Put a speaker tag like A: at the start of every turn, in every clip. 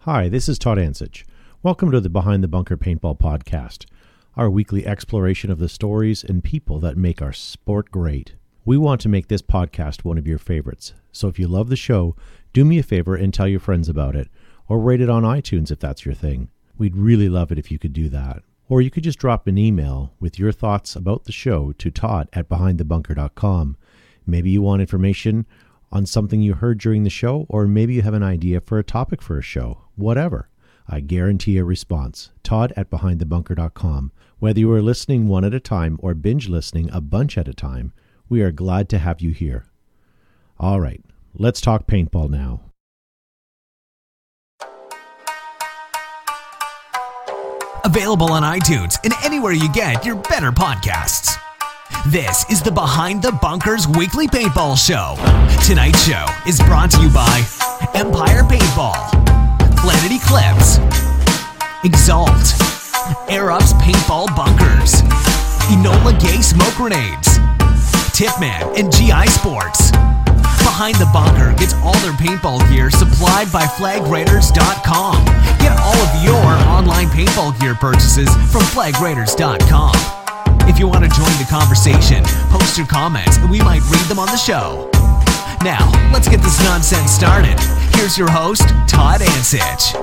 A: Hi, this is Todd Ansich. Welcome to the Behind the Bunker Paintball Podcast, our weekly exploration of the stories and people that make our sport great. We want to make this podcast one of your favorites, so if you love the show, do me a favor and tell your friends about it, or rate it on iTunes if that's your thing. We'd really love it if you could do that. Or you could just drop an email with your thoughts about the show to Todd at behindthebunker.com. Maybe you want information on something you heard during the show, or maybe you have an idea for a topic for a show, whatever. I guarantee a response. Todd at behindthebunker.com. Whether you are listening one at a time or binge listening a bunch at a time, we are glad to have you here. All right, let's talk paintball now.
B: Available on iTunes and anywhere you get your better podcasts. This is the Behind the Bunkers Weekly Paintball Show. Tonight's show is brought to you by Empire Paintball, Planet Eclipse, Exalt, Air Ups Paintball Bunkers, Enola Gay Smoke Grenades, Tipman, and GI Sports. Behind the Bunker gets all their paintball gear supplied by FlagRaiders.com. Get all of your online paintball gear purchases from FlagRaiders.com. If you want to join the conversation, post your comments and we might read them on the show. Now, let's get this nonsense started. Here's your host, Todd Ansich.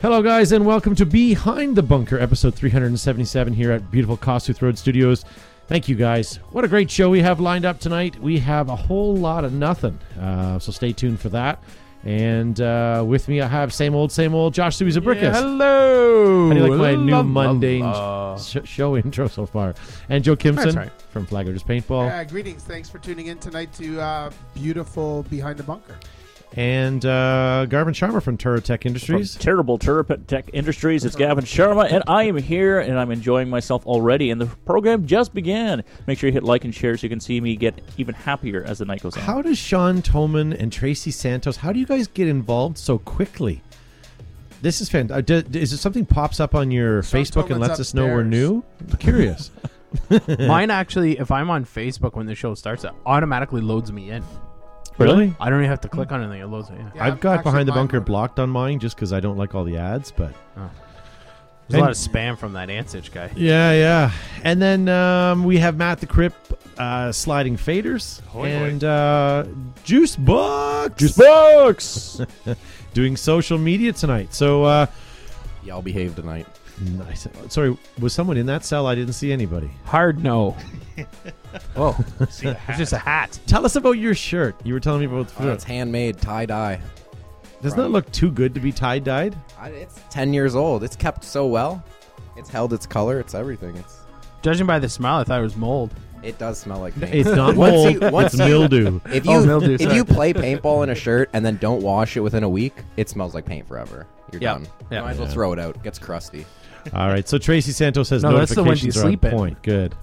A: Hello, guys, and welcome to Behind the Bunker, episode 377 here at beautiful Kossuth Road Studios. Thank you, guys. What a great show we have lined up tonight. We have a whole lot of nothing, uh, so stay tuned for that. And uh, with me, I have same old, same old Josh Suizabrickus.
C: hello.
A: How do you like my new mundane
C: la.
A: sh- show intro so far? And Joe Kimson
C: right.
A: from Flaggers Paintball.
D: Uh, greetings. Thanks for tuning in tonight to uh, beautiful Behind the Bunker.
A: And uh, Garvin Sharma from Turret Tech Industries.
E: Terrible Turpit Tech Industries. It's Gavin Sharma, and I am here, and I'm enjoying myself already. And the program just began. Make sure you hit like and share so you can see me get even happier as the night goes on.
A: How does Sean Toman and Tracy Santos, how do you guys get involved so quickly? This is fantastic. Is it something pops up on your
D: Sean
A: Facebook and
D: Toman's
A: lets us know we're
D: upstairs.
A: new? I'm curious.
C: Mine actually, if I'm on Facebook when the show starts, it automatically loads me in.
A: really?
C: I don't even have to click on anything; it loads me in.
D: Yeah,
A: I've got
D: actually
A: Behind the
D: mine
A: Bunker
D: were-
A: blocked on mine just because I don't like all the ads, but
D: Oh.
C: There's a lot of spam from that Ansich guy.
A: Yeah, yeah. And then um, we have Matt the Crip uh, sliding faders and uh, Juice Box. Juice Box doing social media tonight. So uh,
F: Y'all behave tonight.
A: nice. Sorry, was someone in that cell? I didn't see anybody.
C: Hard no. Whoa, it's just a hat.
A: Tell us about your shirt. You were telling me about.
C: Oh,
A: The
F: Uh, it's handmade tie dye.
A: Doesn't that look too good to be tie dyed?
F: It's ten years old. It's kept so well. It's held its color. It's everything. It's
C: Judging by the smile, I thought it was mold.
F: it does smell like paint.
A: It's not
F: Once
A: mold.
F: you- once
A: it's
F: you-
A: mildew.
F: if you
C: Oh, mildew,
F: if
C: sorry.
F: you play paintball in a shirt and then don't wash it within a week, it smells like paint forever. You're
C: Yep.
F: done.
C: Yeah.
F: Might as well throw it out. It gets crusty.
A: All right. So Tracy Santos says
C: No, that's the ones you
A: notifications are
C: sleep
A: on
C: in.
A: point. Good.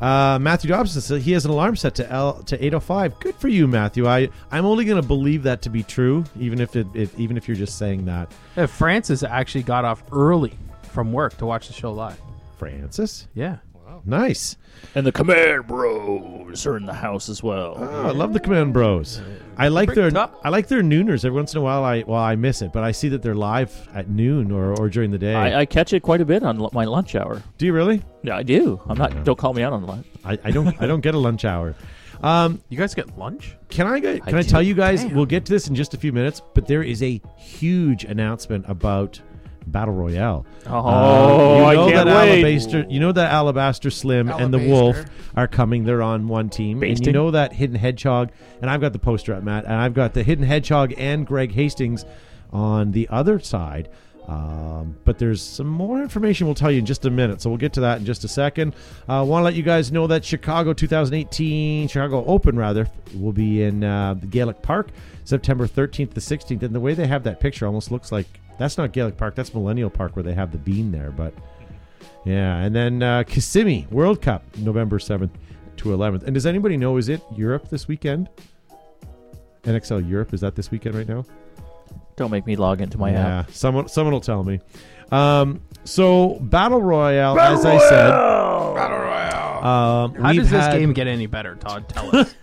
A: Uh, Matthew Dobson says he has an alarm set to L to 805. Good for you, Matthew. I I'm only going to believe that to be true, even if it if, even if you're just saying that.
C: Yeah, Francis actually got off early from work to watch the show live.
A: Francis,
C: Yeah,
A: nice.
E: And the Command Bros are in the house as well.
A: Oh, I love the Command Bros. I like their
C: Top.
A: I like their nooners. Every once in a while, I well I miss it, but I see that they're live at noon or, or during the day.
E: I, I catch it quite a bit on l- my lunch hour.
A: Do you really?
E: Yeah, I do. I'm not. Don't call me out on lunch.
A: I, I don't I don't get a lunch hour.
C: you guys get lunch.
A: Can I go- can I,
E: do.
A: tell you guys?
C: Damn.
A: We'll get to this in just a few minutes, but there is a huge announcement about Battle Royale. Uh,
E: Oh,
A: you
E: I
A: know
E: can't
A: that
E: wait.
A: Alabaster, you know that Alabaster Slim and the Wolf
D: Alabaster.
A: are coming. They're on one team, and you
E: Basting.
A: know that Hidden Hedgehog. And I've got the poster up, Matt, and I've got the Hidden Hedgehog and Greg Hastings on the other side. Um, but there's some more information we'll tell you in just a minute, so we'll get to that in just a second. I uh, want to let you guys know that Chicago 2018, Chicago Open rather, will be in uh, Gaelic Park September 13th to 16th. And the way they have that picture almost looks like that's not Gaelic Park, that's Millennial Park where they have the bean there, but. Yeah, and then uh, Kissimmee World Cup, November seventh to eleventh. And does anybody know is it Europe this weekend? NXL Europe is that this weekend right now?
E: Don't make me log
C: Oh,
E: into my app.
A: someone someone will tell me. Um, so battle royale, as I said, battle royale. Um,
C: How
A: we've
C: does this
A: had-
C: game get any better, Todd? Tell us.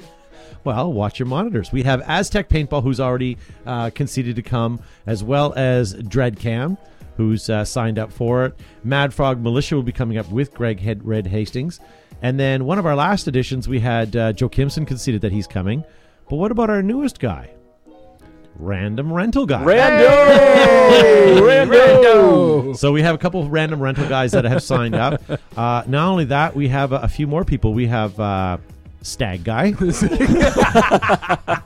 A: Well, watch your monitors. We have Aztec Paintball, who's already uh, conceded to come, as well as Dreadcam, who's uh, signed up for it. Mad Frog Militia will be coming up with Greg Head- Red Hastings. And then one of our last editions, we had uh, Joe Kimson conceded that he's coming. But what about our newest guy? Random Rental Guy.
E: Rando! Rando!
A: So we have a couple of random rental guys that have signed up. Uh, not only that, we have a, a few more people. We have uh, Stag Guy.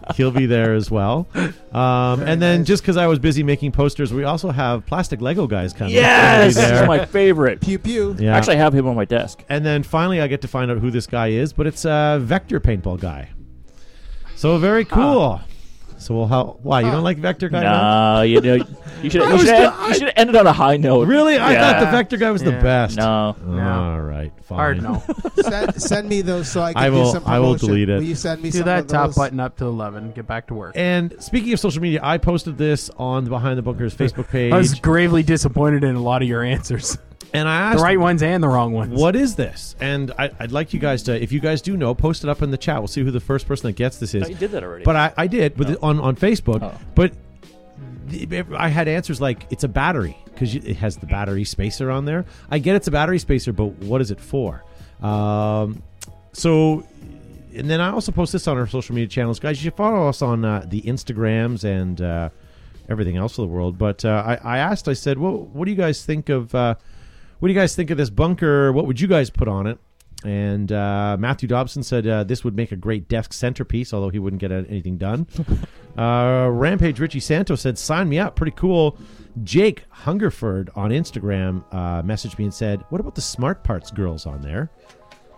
A: He'll be there as well. Um, and then just because I was busy making posters, we also have Plastic Lego Guys coming. He'll be
E: Yes! This
A: there.
E: is my favorite.
D: Pew pew.
A: yeah.
E: Actually, I have him on my desk.
A: and then finally, I get to find out who this guy is, but it's uh, Vector Paintball Guy. So very cool. So we'll how why you don't like Vector Guy? Matt?
E: Nah, you know, you should you
A: was
E: should
A: gonna-
E: you should end it on a high note.
A: Really? I thought the
E: Yeah.
A: Vector Guy was the
C: Yeah.
A: best.
E: No.
A: All right. Fine.
C: Hard no.
D: Send, send me those so I can
A: I will-
D: do some promotion.
A: I will delete it.
D: Will you send me
C: Do
D: some
C: that
D: of
C: top
D: those?
C: button up to 11. Get back to work.
A: And speaking of social media, I posted this on the Behind the Bunkers Facebook page,
C: I was gravely disappointed in a lot of your answers.
A: and I
C: The
A: asked,
C: right ones and the wrong ones.
A: "What is this?" And I, I'd like you guys to, if you guys do know, post it up in the chat. We'll see who the first person that gets this is.
E: No, Oh, you did that already.
A: But I, I did, but on on Facebook.
E: Oh.
A: But the- I had answers like, "It's a battery because it has the battery spacer on there." I get it's a battery spacer, but what is it for? Um, so and then I also post this on our social media channels, guys. You should follow us on uh, the Instagrams and uh, everything else of the world. But uh, I, I asked, I said, "Well, what do you guys think of? Uh, what do you guys think of this bunker? What would you guys put on it?" And uh, Matthew Dobson said uh, this would make a great desk centerpiece, although he wouldn't get anything done. uh, Rampage Richie Santos said, "Sign me up, pretty cool." Jake Hungerford on Instagram uh, messaged me and said, "What about the smart parts girls on there?"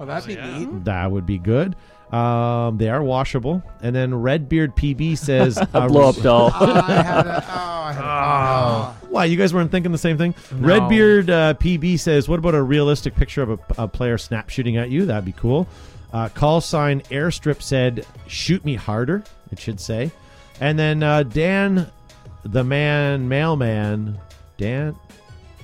D: Oh, that'd be neat.
A: That would be good. Um, they are washable. And then Redbeard PB says, uh,
E: blow up doll.
D: I had a, oh, I had a,
A: Why you guys weren't thinking the same thing? Redbeard uh, PB says, "What about a realistic picture of a, a player snap shooting at you? That'd be cool." Uh, call sign airstrip said, "Shoot me harder." It should say. And then uh, Dan, the man, mailman, Dan,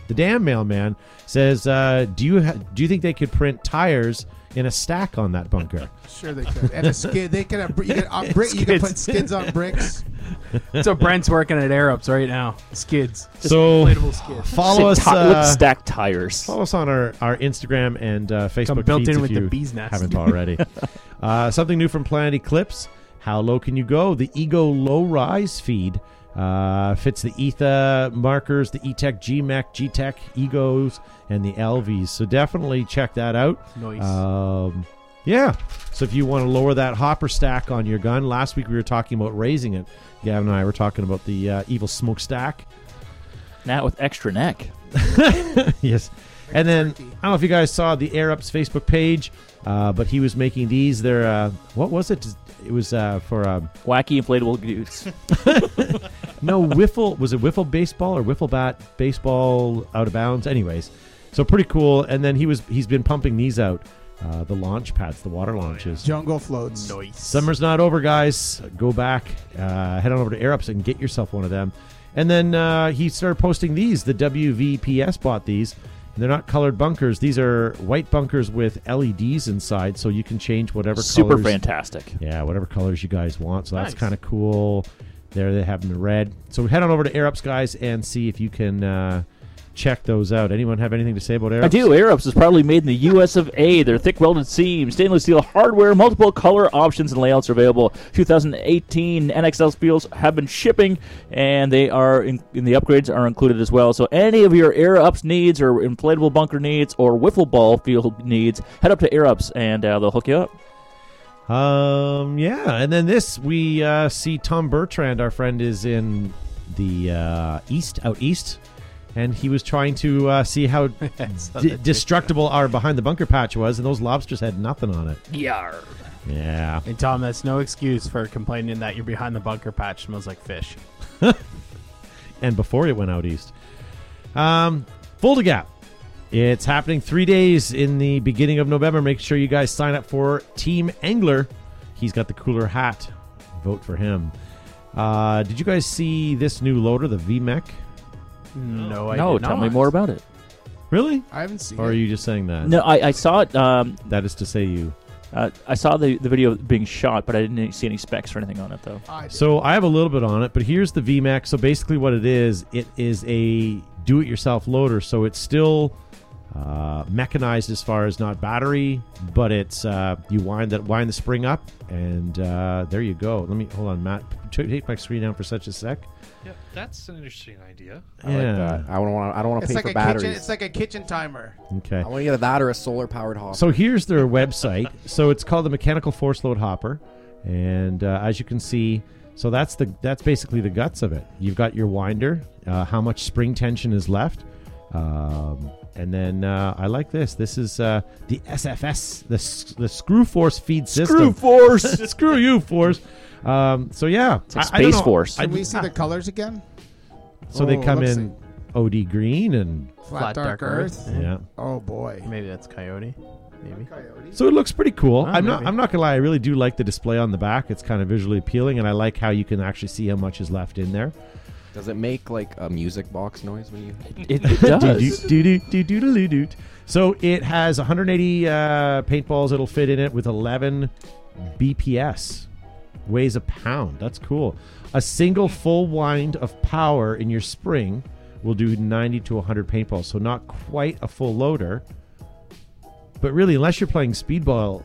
A: the damn mailman says, uh, "Do you ha- do you think they could print tires in a stack on that bunker?"
D: sure they could. And a skid. They could have. br- You could, uh, brick, you could
C: Skids.
D: put skids on bricks.
C: so Brent's working at Air Ups right now. Skids.
A: so
C: Inflatable skids.
A: follow us.
E: Ti- let's
A: uh,
E: stack tires.
A: Follow us on our, our Instagram and uh, Facebook.
C: built
A: feeds
C: in
A: if
C: with the
A: you
C: bee's nest.
A: Haven't already. uh, something new from Planet Eclipse. How low can you go? The Ego Low Rise feed uh, fits the ETHA markers, the E ETEC, GMAC, GTEC, Egos, and the LVs. So definitely check that out.
C: Nice.
A: Um, yeah. So if you want to lower that hopper stack on your gun, last week we were talking about raising it. Gavin and I were talking about the uh, evil smoke stack.
E: Now with extra neck.
A: Yes. And then I
D: turkey.
A: don't know if you guys saw the Air Ups Facebook page, uh, but he was making these. They're uh, what was it? It was uh, for um,
E: Wacky inflatable dudes.
A: no wiffle. Was it wiffle baseball or wiffle bat baseball out of bounds? Anyways, so pretty cool. And then he was he's been pumping these out, uh, the launch pads, the water launches.
D: Jungle floats.
F: Oh,
A: Summer's not over, guys. Go back, uh, head on over to Air Ups and get yourself one of them. And then uh, he started posting these. The WVPS bought these. And they're not colored bunkers. These are white bunkers with LEDs inside, so you can change whatever
E: Super
A: colors.
E: fantastic.
A: Yeah, whatever colors you guys want. So that's
C: Nice.
A: kind of cool. There they have them in red. So head on over to Air Ups, guys, and see if you can uh, check those out. Anyone have anything to say about Air
E: I
A: Ups?
E: do. Air Ups is proudly made in the U.S. of A. Their thick welded seams, stainless steel hardware, multiple color options and layouts are available. 2018 NXL spiels have been shipping, and they are in, and the upgrades are included as well. So any of your Air Ups needs, or inflatable bunker needs, or wiffle ball field needs, head up to Air Ups, and uh, they'll hook you up.
A: Um, yeah, and then this we uh, see Tom Bertrand, our friend, is in the uh, east, out east, and he was trying to uh, see how d- destructible our behind the bunker patch was, and those lobsters had nothing on it.
E: Yar.
A: Yeah,
C: And Tom, that's no excuse for complaining that you're behind the bunker patch smells like fish.
A: and before it went out east, um, Fold a Gap. It's happening three days in the beginning of November. Make sure you guys sign up for Team Angler. He's got the cooler hat. Vote for him. Uh, did you guys see this new loader, the VMech?
C: No, I
E: No,
C: did
E: tell me
C: not.
E: more about it.
A: Really?
D: I haven't seen
A: Or are
D: it.
A: you just saying that?
E: No, I, I saw it. Um,
A: That is to say you.
E: Uh, I saw the, the video being shot, but I didn't see any specs or anything on it, though.
D: Oh, I did.
A: So I have a little bit on it, but here's the VMAX. So basically, what it is, it is a do-it-yourself loader. So it's still uh, mechanized as far as not battery, but it's uh, you wind that wind the spring up, and uh, there you go. Let me hold on, Matt. T- Take my screen down for such a sec.
G: Yeah, that's an interesting idea.
F: I like that. I don't want. I don't want to
D: It's
F: pay
D: like
F: for
D: a
F: batteries.
D: kitchen. It's like a kitchen timer.
A: Okay.
F: I want to get that or a solar powered hopper.
A: So here's their website. so it's called the Mechanical Force Load Hopper, and uh, as you can see, so that's the that's basically the guts of it. You've got your winder, uh, how much spring tension is left, um, and then uh, I like this. This is uh, the SFS, the s- the Screw Force feed system.
E: Screw Force!
A: Screw you, Force. Um, so yeah, it's
E: like Space Force.
D: Can we see the colors again?
A: so they
D: Oh,
A: come
D: let's
A: in OD green and
D: Flat, dark, Earth.
A: yeah.
D: Oh boy.
C: Maybe that's Coyote. Maybe.
A: So it looks pretty cool.
C: Ah,
A: I'm not.
C: maybe.
A: I'm not gonna lie. I really do like the display on the back. It's kind of visually appealing, and I like how you can actually see how much is left in there.
F: Does it make like a music box noise when you?
E: It, it does.
A: Doo-doo-doo-doo-doo-doo-doot. So it has 180 uh, paintballs. It'll fit in it with 11 BPS. Weighs a pound. That's cool. A single full wind of power in your spring will do 90 to 100 paintballs. So not quite a full loader, but really, unless you're playing speedball.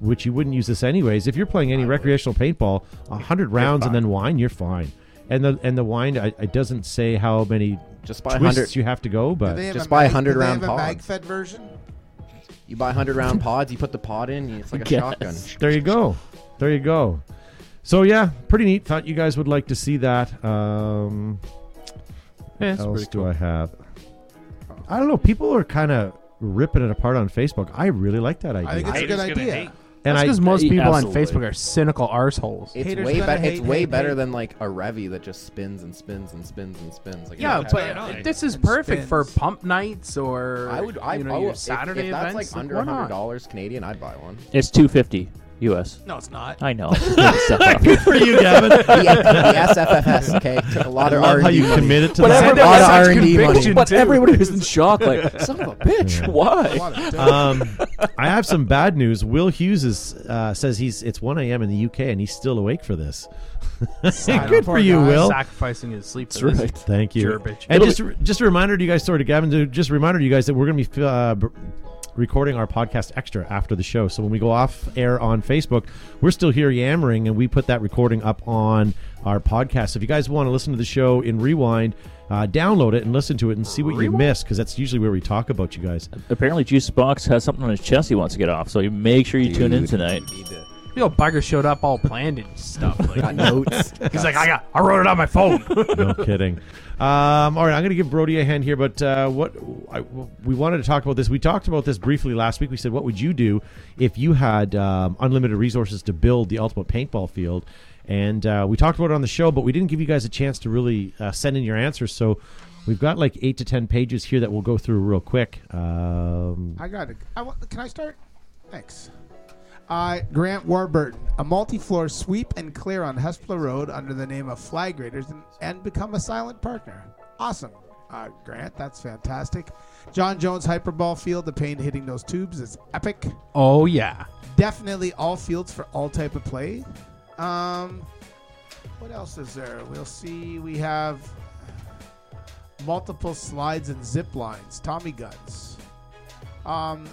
A: Which you wouldn't use this anyways. If you're playing any recreational paintball, hundred rounds and then wind, you're fine. And the and the wind, I, it doesn't say how many
F: Just buy
A: twists
F: hundred.
A: you have to go,
D: Do
A: but
D: they have
F: Just buy
D: mag-
F: 100
D: do they
F: round
D: have a
F: pods.
D: mag fed version.
F: You buy hundred round pods. You put the pod in. and It's like a
E: Yes.
F: shotgun.
A: there you go. There you go. So yeah, pretty neat. Thought you guys would like to see that. Um,
C: Yeah, it's
A: what else
C: pretty
A: do
C: cool.
A: I have? I don't know. People are kind of ripping it apart on Facebook. I really like that idea,
D: I think it's a
G: Haters
D: good
G: gonna hate.
D: idea.
A: and
C: That's
A: I
C: because most
E: Yeah,
C: people on
E: absolutely.
C: Facebook are cynical arseholes.
F: It's
D: Haters
F: way,
D: gonna
F: be- it's
D: hate,
F: way
D: hate,
F: better
D: hate.
F: than like a Revy that just spins and spins and spins and spins. Like
C: Yeah,
F: it has-
G: right on.
C: but this is
D: And
C: perfect for
D: spins.
C: pump nights or
F: I would. I,
C: you know,
F: I
C: your
F: would if-
C: Saturday
F: if, that's
C: events.
F: like under
C: why
F: a
C: not?
F: hundred dollars Canadian, I'd buy one.
E: It's 250 US.
D: No, it's not.
E: I know. Stuff up.
A: for you, Gavin.
F: the, the SFFS. Okay, took a lot
A: I
F: of
A: love
F: R
A: how
F: and
A: you
F: D money.
A: committed to
E: But
A: that.
E: everyone
F: lot
E: has
F: of
E: such
F: R&D money.
E: conviction, But everybody was in shock, like, son of a bitch, why?
A: um, I have some bad news. Will Hughes is, uh, says he's it's 1 a.m. in the UK and he's still awake for this. Good for
D: poor
A: you,
D: guy.
A: Will.
C: Sacrificing his sleep. for this.
A: Thank you.
C: Gerbage.
A: And just just a reminder to you guys, sorry to Gavin, to- just a reminder to you guys that we're going to be uh, b- recording our podcast extra after the show. So when we go off air on Facebook, we're still here yammering, and we put that recording up on our podcast. So if you guys want to listen to the show in rewind, uh, download it and listen to it and see what you missed because that's usually where we talk about you guys.
E: Apparently, Juice Box has something on his chest he wants to get off, so you make sure you tune in tonight.
C: You know, bugger showed up all planned and stuff.
F: Got
C: Like,
F: notes.
C: he's like, I got, I wrote it on my phone.
A: no kidding. Um, all right, I'm going to give Brody a hand here, but uh, what I, we wanted to talk about this. We talked about this briefly last week. We said, what would you do if you had um, unlimited resources to build the ultimate paintball field? And uh, we talked about it on the show, but we didn't give you guys a chance to really uh, send in your answers. So we've got like eight to ten pages here that we'll go through real quick. Um,
D: I got it. I wa- can I start? Thanks. Uh, Grant Warburton, a multi-floor sweep and clear on Hespla Road under the name of Flag Raiders and, and become a silent partner. Awesome. Uh, Grant, that's fantastic. John Jones Hyperball Field, the pain hitting those tubes is epic.
C: oh yeah.
D: Definitely all fields for all type of play. Um, what else is there? We'll see. We have multiple slides and zip lines, Tommy guns. Um,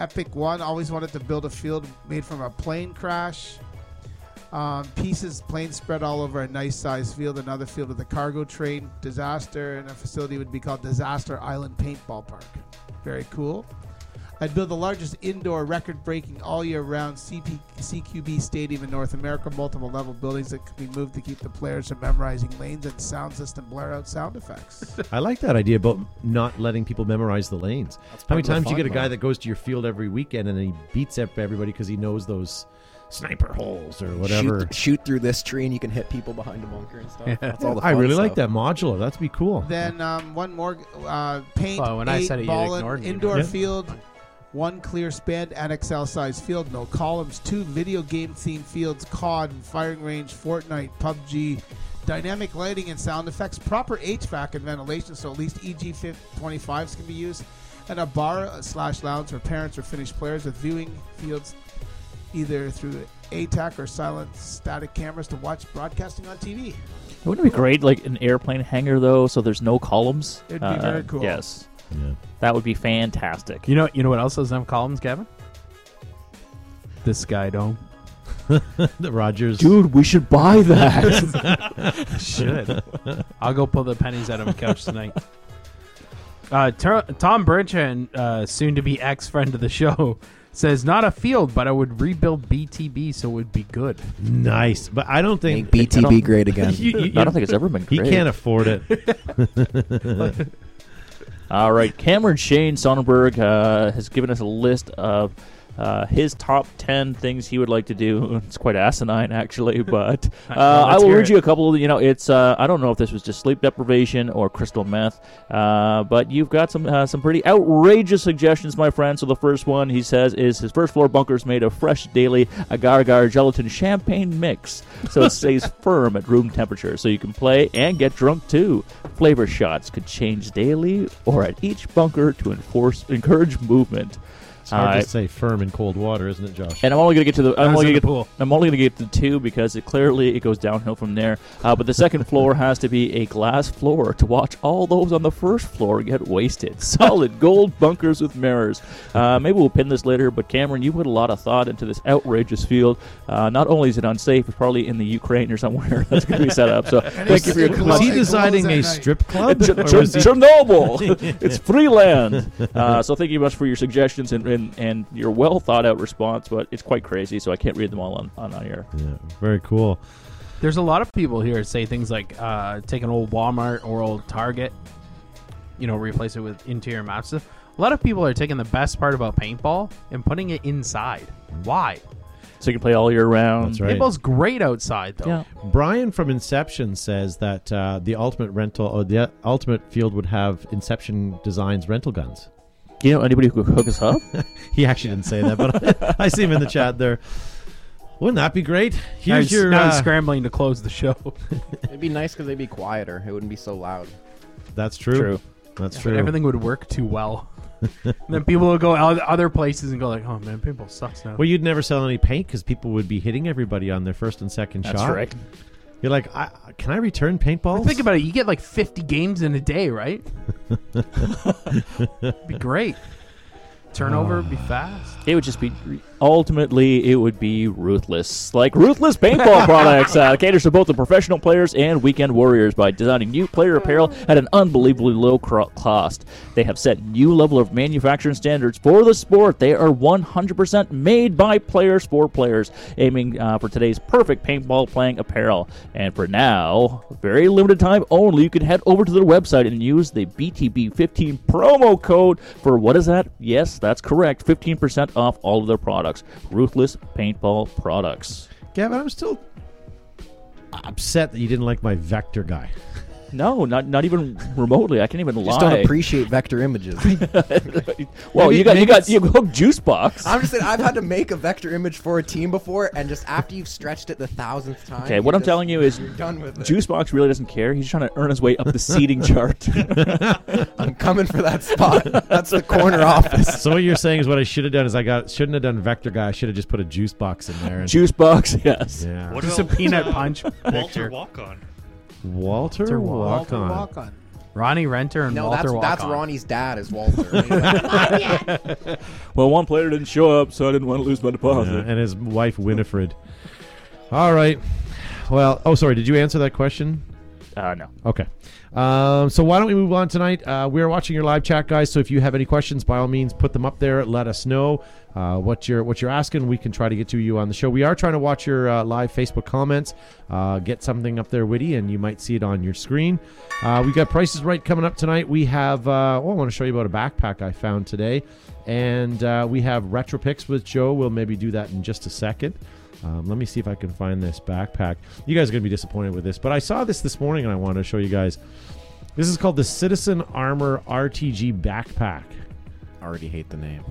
D: Epic One always wanted to build a field made from a plane crash. Um, pieces, planes spread all over a nice sized field, another field with a cargo train disaster, and a facility would be called Disaster Island Paintball Park. Very cool. I'd build the largest indoor record breaking all year round CP- CQB stadium in North America, multiple level buildings that could be moved to keep the players from memorizing lanes and sound system blare out sound effects.
A: I like that idea about not letting people memorize the lanes. How many
F: part of the
A: times you
F: fun,
A: get a guy
F: though.
A: that goes to your field every weekend and then he beats up everybody because he knows those sniper holes or whatever?
F: Shoot, shoot through this tree and you can hit people behind a bunker and stuff. That's all the
A: I
F: fun
A: really like
F: stuff.
A: that modular. That'd be cool.
D: Then um, one more uh, paint
C: Oh, when I
D: eight
C: said it, you
D: ball in-
C: ignored me,
D: indoor
A: Yeah.
D: field, one clear span and XL size field, no columns, two video game themed fields, COD and firing range, Fortnite, PUBG, dynamic lighting and sound effects, proper HVAC and ventilation, so at least E EG 25s can be uh, used, and a bar slash lounge for parents or finished players with viewing fields either through ATAC or silent static cameras to watch broadcasting on TV.
E: Wouldn't it be great, like an airplane hangar though, so there's no columns? Uh,
D: It'd be very cool.
E: Yes,
A: Yeah.
E: that would be fantastic.
C: You know, you know what else doesn't have columns, Kevin? The Sky Dome.
A: The Rogers.
E: Dude, we should buy that.
C: Should. I'll go pull the pennies out of my couch tonight. Uh, Ter- Tom Burchin, uh, soon to be ex friend of the show, says, Not a field, but I would rebuild BTB so it would be good.
A: Nice. But I don't think.
F: Make BTB great
A: I
F: again.
A: don't- You- you-
E: I don't think it's ever been
A: he
E: great.
A: can't afford it.
E: All right, Cameron Shane Sonnenberg uh, has given us a list of uh, his top 10 things he would like to do. It's quite asinine, actually, but uh, I
C: let's
E: will
C: hear
E: read
C: it.
E: you a couple of, the- you know, it's, uh, I don't know if this was just sleep deprivation or crystal meth, uh, but you've got some uh, some pretty outrageous suggestions, my friend. So the first one, he says, is his first floor bunkers made of fresh daily agar-agar gelatin champagne mix. So it stays firm at room temperature, so you can play and get drunk too. Flavor shots could change daily or at each bunker to enforce encourage movement.
A: It's hard
E: Uh,
A: to say firm in cold water, isn't it, Josh?
E: and I'm only going to get to the.
C: I
E: I'm
C: was in
E: only going
C: the
E: to get.
C: pool.
E: I'm only going to get to two because it clearly it goes downhill from there. Uh, but the second floor has to be a glass floor to watch all those on the first floor get wasted. Solid gold bunkers with mirrors. Uh, maybe we'll pin this later. But Cameron, you put a lot of thought into this outrageous field. Uh, not only is it unsafe, it's probably in the Ukraine or somewhere that's going to be set up. So thank you for your
D: it's-
A: Was
E: comments.
A: he
D: Like,
A: designing a
D: close at night.
A: strip club?
E: Ch-
A: Or
E: Ch-
A: was he-
E: Chernobyl. it's free land. Uh, so thank you much for your suggestions and, and, and your well thought out response. But it's quite crazy, so I can't read them all on on, on air.
A: Yeah, very cool.
C: There's a lot of people here that say things like uh, take an old Walmart or old Target, you know, replace it with interior map stuff. A lot of people are taking the best part about paintball and putting it inside. Why?
E: So you can play all year round.
A: That's right.
C: Paintball's great outside, though.
E: Yeah.
A: Brian from Inception says that uh, the ultimate rental or the ultimate field would have Inception Designs rental guns.
E: Do you know anybody who could hook us up?
A: He actually didn't say that, but I, see him in the chat there. Wouldn't that be great?
C: I
A: Here's
C: was-
A: your.
C: now I'm
A: uh,
C: scrambling to close the show.
F: It'd be nice because they'd be quieter. It wouldn't be so loud.
A: that's true.
E: True.
A: That's
C: But
A: true.
C: everything would work too well. And then people would go out other places and go like, "Oh man, paintball sucks now."
A: well, you'd never sell any paint because people would be hitting everybody on their first and second
E: That's
A: shot.
E: right.
A: You're like, I, can I return paintballs?
C: Think about it. You get like 50 games in a day, right? be great. Turnover would be fast.
E: It would just be ultimately it would be ruthless, like ruthless paintball products uh, caters to both the professional players and weekend warriors by designing new player apparel at an unbelievably low cro- cost. They have set new level of manufacturing standards for the sport. They are 100% made by players for players, aiming uh, for today's perfect paintball playing apparel. And for now, very limited time only, you can head over to their website and use the BTB15 promo code for what is that? Yes, that's correct. 15% off all of their products. Ruthless Paintball Products.
A: Gavin, I'm still upset that you didn't like my vector guy.
E: No, not not even remotely. I can't even
F: Just
E: lie.
F: don't appreciate vector images.
E: well,
F: Maybe-
E: you got you
F: maybe
E: got
F: it's-
E: you hooked juice box.
F: I'm just saying, I've had to make a vector image for a team before, and just after you've stretched it the thousandth time.
E: Okay, what I'm telling you is
F: you're done with it.
E: Juicebox really doesn't care. He's trying to earn his way up the seating chart.
F: I'm coming for that spot. That's the corner office.
A: So what you're saying is what I should have done is I got shouldn't have done vector guy. I should have just put a juice box in there. And,
E: Juicebox, yes.
A: yeah.
G: What
C: Just a
G: about,
C: peanut
G: uh,
C: punch
G: Walter
C: picture.
G: Walk on.
A: Walter walk
D: Walter
A: on.
D: Walk-On.
C: Ronnie Renter and
F: No,
C: Walter
F: that's that's
C: Walk-On.
F: Ronnie's dad is Walter.
E: Well, one player didn't show up, so I didn't want to lose my deposit.
A: and his wife Winifred. All right. Well, oh sorry, did you answer that question?
E: Uh, no.
A: Okay. Um, so why don't we move on tonight? Uh, we are watching your live chat, guys. So if you have any questions, by all means, put them up there. Let us know uh, what you're what you're asking. We can try to get to you on the show. We are trying to watch your uh, live Facebook comments. Uh, get something up there witty, and you might see it on your screen. Uh, we've got prices right coming up tonight. We have. Uh, oh, I want to show you about a backpack I found today, and uh, we have retro picks with Joe. We'll maybe do that in just a second. Um, let me see if I can find this backpack. You guys are going to be disappointed with this, but I saw this this morning and I wanted to show you guys. This is called the Citizen Armor RTG Backpack.
F: I already hate the name.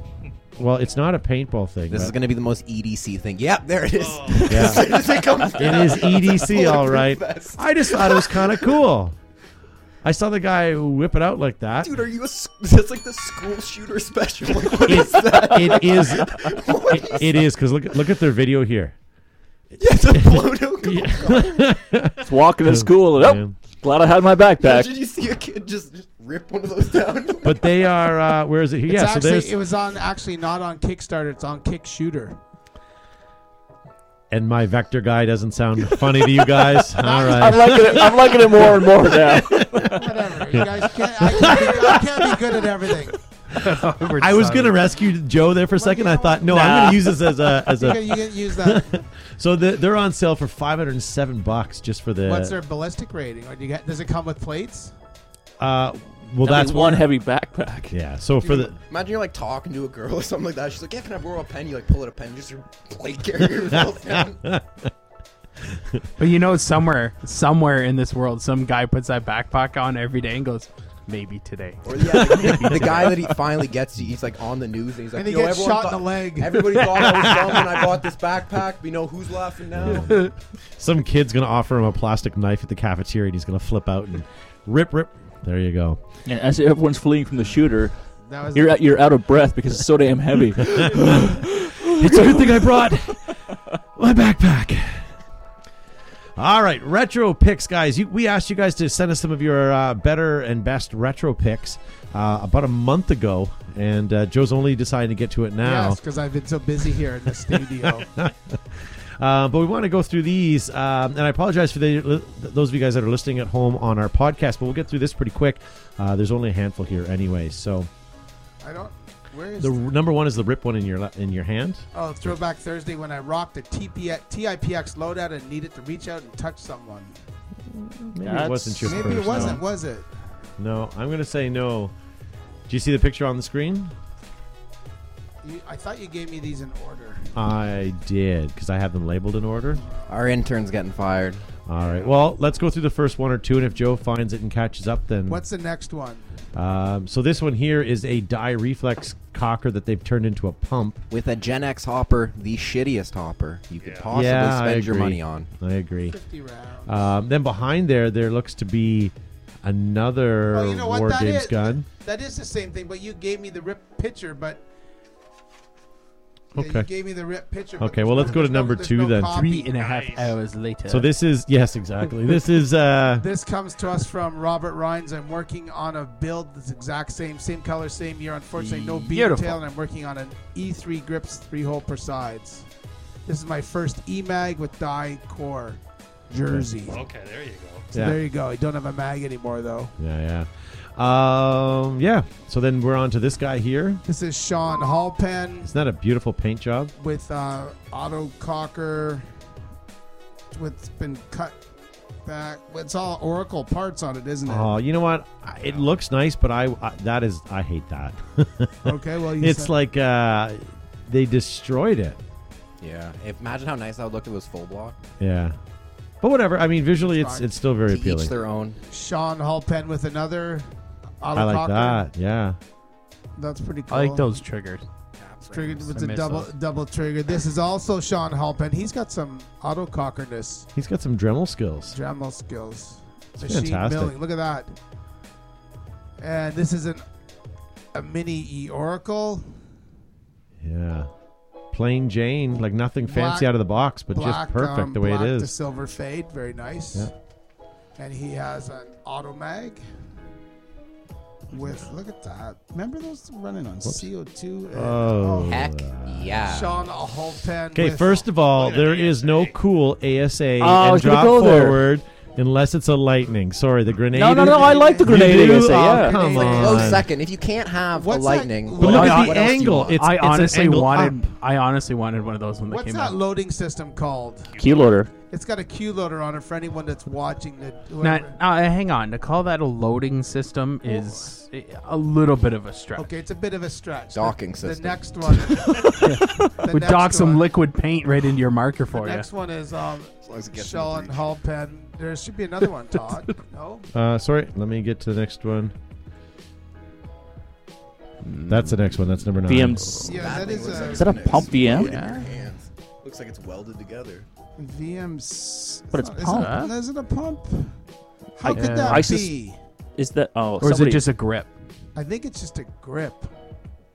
A: Well, it's not a paintball thing.
F: This is
A: but
F: going to be the most EDC thing. Yep, there it is.
G: Oh,
A: E yeah. it is EDC, all right. I just thought it was kind of cool. I saw the guy whip it out like that.
F: Dude, are you a? s- That's like the school shooter special. Like, what is that?
A: it is. It, it is because look look at their video here.
F: Yeah, it's a blown out. Yeah.
E: It's walking to school. And, oh, glad I had my backpack.
F: Did you see a kid just, just rip one of those down?
A: But they are. Uh, where is it?
D: It's
A: Yeah. so
D: actually,
A: there's.
D: it was on actually not on Kickstarter. It's on Kick Shooter.
A: and my vector guy doesn't sound funny to you guys. All
E: I'm
A: right.
E: liking it. I'm liking it more and more now.
D: Whatever. You guys can't. I can't, be, I can't be good at everything.
A: I was gonna rescue Joe there for a second. I thought, no, I'm gonna use this as a as
D: You
A: a.
D: can, you can use that.
A: So the, they're on sale for 507 bucks just for the.
D: What's their ballistic rating? Or do you get? Does it come with plates?
A: Uh, well,
E: That'd
A: that's
E: be one
A: what-
E: heavy backpack.
A: Yeah. So for the
F: Imagine you're like talking to a girl or something like that. She's like, "Yeah, can I borrow a pen?" You like pull out a pen, just your plate carrier falls down.
C: But you know, somewhere, somewhere in this world, some guy puts that backpack on every day and goes, maybe today.
F: Or yeah, the, the guy that he finally gets, he's like on the news, and he's like,
D: And he
F: "Yo,
D: gets
F: everyone
D: shot in
F: thought-
D: the leg.
F: Everybody thought I was dumb when I bought this backpack. We know who's laughing now.
A: some kid's gonna offer him a plastic knife at the cafeteria, and he's gonna flip out and rip, rip. There you go.
E: And as everyone's fleeing from the shooter,
D: That was.
E: you're out- you're out of breath because it's so damn heavy.
A: It's a good thing I brought my backpack. All right, retro picks, guys. You, we asked you guys to send us some of your uh, better and best retro picks uh, about a month ago, and uh, Joe's only deciding to get to it now.
D: Yes, because I've been so busy here in the studio.
A: Uh, but we want to go through these, um, and I apologize for the, those of you guys that are listening at home on our podcast. But we'll get through this pretty quick. Uh, there's only a handful here, anyway. So
D: I don't. Where is
A: the number one is the rip one in your le- in your hand.
D: Oh, Throwback Thursday when I rocked the TPX, TIPX loadout and needed to reach out and touch someone.
A: Maybe it
E: That's-
A: wasn't your
D: Maybe
A: first.
D: it wasn't,
A: No.
D: was it?
A: No, I'm gonna say no. Do you see the picture on the screen?
D: You, I thought you gave me these in order.
A: I did because I have them labeled in order.
F: Our intern's getting fired.
A: All right. Well, let's go through the first one or two, and if Joe finds it and catches up, then
D: What's the next one?
A: Um, so this one here is a die reflex cocker that they've turned into a pump.
F: With a Gen X hopper, the shittiest hopper you could
G: Yeah.
F: possibly
A: yeah, I
F: spend your
A: agree.
F: money on.
A: I agree.
D: 50 rounds.
A: Um, then behind there, there looks to be another
D: Oh, you know what
A: War
D: that
A: Games
D: is?
A: gun.
D: that is the same thing, but you gave me the rip picture, but. Yeah,
A: Okay.
D: you gave me the rip picture.
A: Okay, well, let's go to number two then.
C: Three and a half
G: Nice.
C: hours later.
A: So this is yes, exactly. This is uh,
D: This comes to us from Robert Rhines. I'm working on a build that's exact same, same color, same year. Unfortunately, no beam
C: Beautiful.
D: tail, and I'm working on an E3 grips, three hole per sides. This is my first E mag with die core jersey.
G: Okay, there you go.
D: So
A: yeah,
D: there you go. I don't have a mag anymore though.
A: yeah, yeah, um, yeah. So then we're on to this guy here.
D: This is Sean Hallpen
A: Isn't that a beautiful paint job?
D: with uh, Otto Cocker. What's been cut back? It's all Oracle parts on it, isn't it?
A: Oh, you know what? I- It looks nice, but I, I that is I hate that.
D: okay, well, you
A: it's
D: said-
A: like uh, they destroyed it.
F: Yeah. If, imagine how nice that would look if it was full block.
A: Yeah, but whatever. I mean, visually, it's
D: fine.
A: it's still very
F: to each
A: appealing.
F: their own.
D: Sean Hallpen with another. Otto
A: I like
D: Cocker.
A: that. Yeah.
D: That's pretty cool.
C: I like those triggers.
D: Triggered with
C: I
D: the
C: miss
D: double
C: those.
D: double trigger. This is also Sean Halpin. He's got some auto cockerness,
A: He's got some Dremel skills.
D: Dremel skills,
A: fantastic.
D: Look at that. And this is an a mini E Oracle,
A: Yeah. Plain Jane, like nothing fancy
D: Black-
A: out of the box, but
D: black
A: just perfect
D: um,
A: the way it
D: black to
A: is.
D: silver fade, very nice.
A: Yeah.
D: And he has an auto mag. With look at that. Remember those running on CO two?
A: Oh.
F: Heck yeah.
D: Sean Halpin.
A: Okay,
D: with-
A: first of all,
G: Look at
A: there
G: that
A: is no
G: ASA.
A: cool ASA
E: Oh, I
A: and
E: was gonna
A: drop
E: go there.
A: forward unless it's a lightning. Sorry, the grenade.
E: No, no, no. I like the
A: You
E: grenade.
A: do?
E: ASA,
A: Oh,
E: yeah.
A: come
D: Grenade.
A: on.
F: Close second. If you can't have
D: What's
F: a
D: that-
F: lightning,
D: But
A: But
F: what
A: look
F: else-
A: at
F: what
A: the
F: else do you
A: angle.
F: want?
A: It's,
C: I
A: it's an
C: honestly
A: angle
C: wanted.
A: up.
C: I honestly wanted one of those when they
D: um, What's
C: came
D: that
C: out.
D: loading system called?
E: Keyloader.
D: It's got a Q loader on it for anyone that's watching the.
C: Now,
D: whoever-
C: now, uh, hang on. To call that a loading system is a little bit of a stretch.
D: Okay, it's a bit of a stretch. The-
F: Docking
D: The
F: system.
D: next one. the
C: We
D: next
C: dock some
D: one-
C: liquid paint right into your marker
D: The
C: for you.
D: next one is um,
F: long as it gets in the
D: Sean
F: breach.
D: Halpen. There should be another one, Todd. No,
A: Uh, sorry, let me get to the next one. That's the next one. That's number nine.
E: VMs.
D: yeah, that
F: thing
D: is
F: looks
D: a
E: Is that a pump VM?
F: Hands. Looks like it's welded together.
D: VM. s-
E: But it's
D: not- is it-
E: pump.
D: Is it a pump? How
E: I-
D: could
E: yeah.
D: that
E: I sus-
D: be?
E: is that? Oh,
C: or is it
E: somebody-
C: just a grip?
D: I think it's just a grip.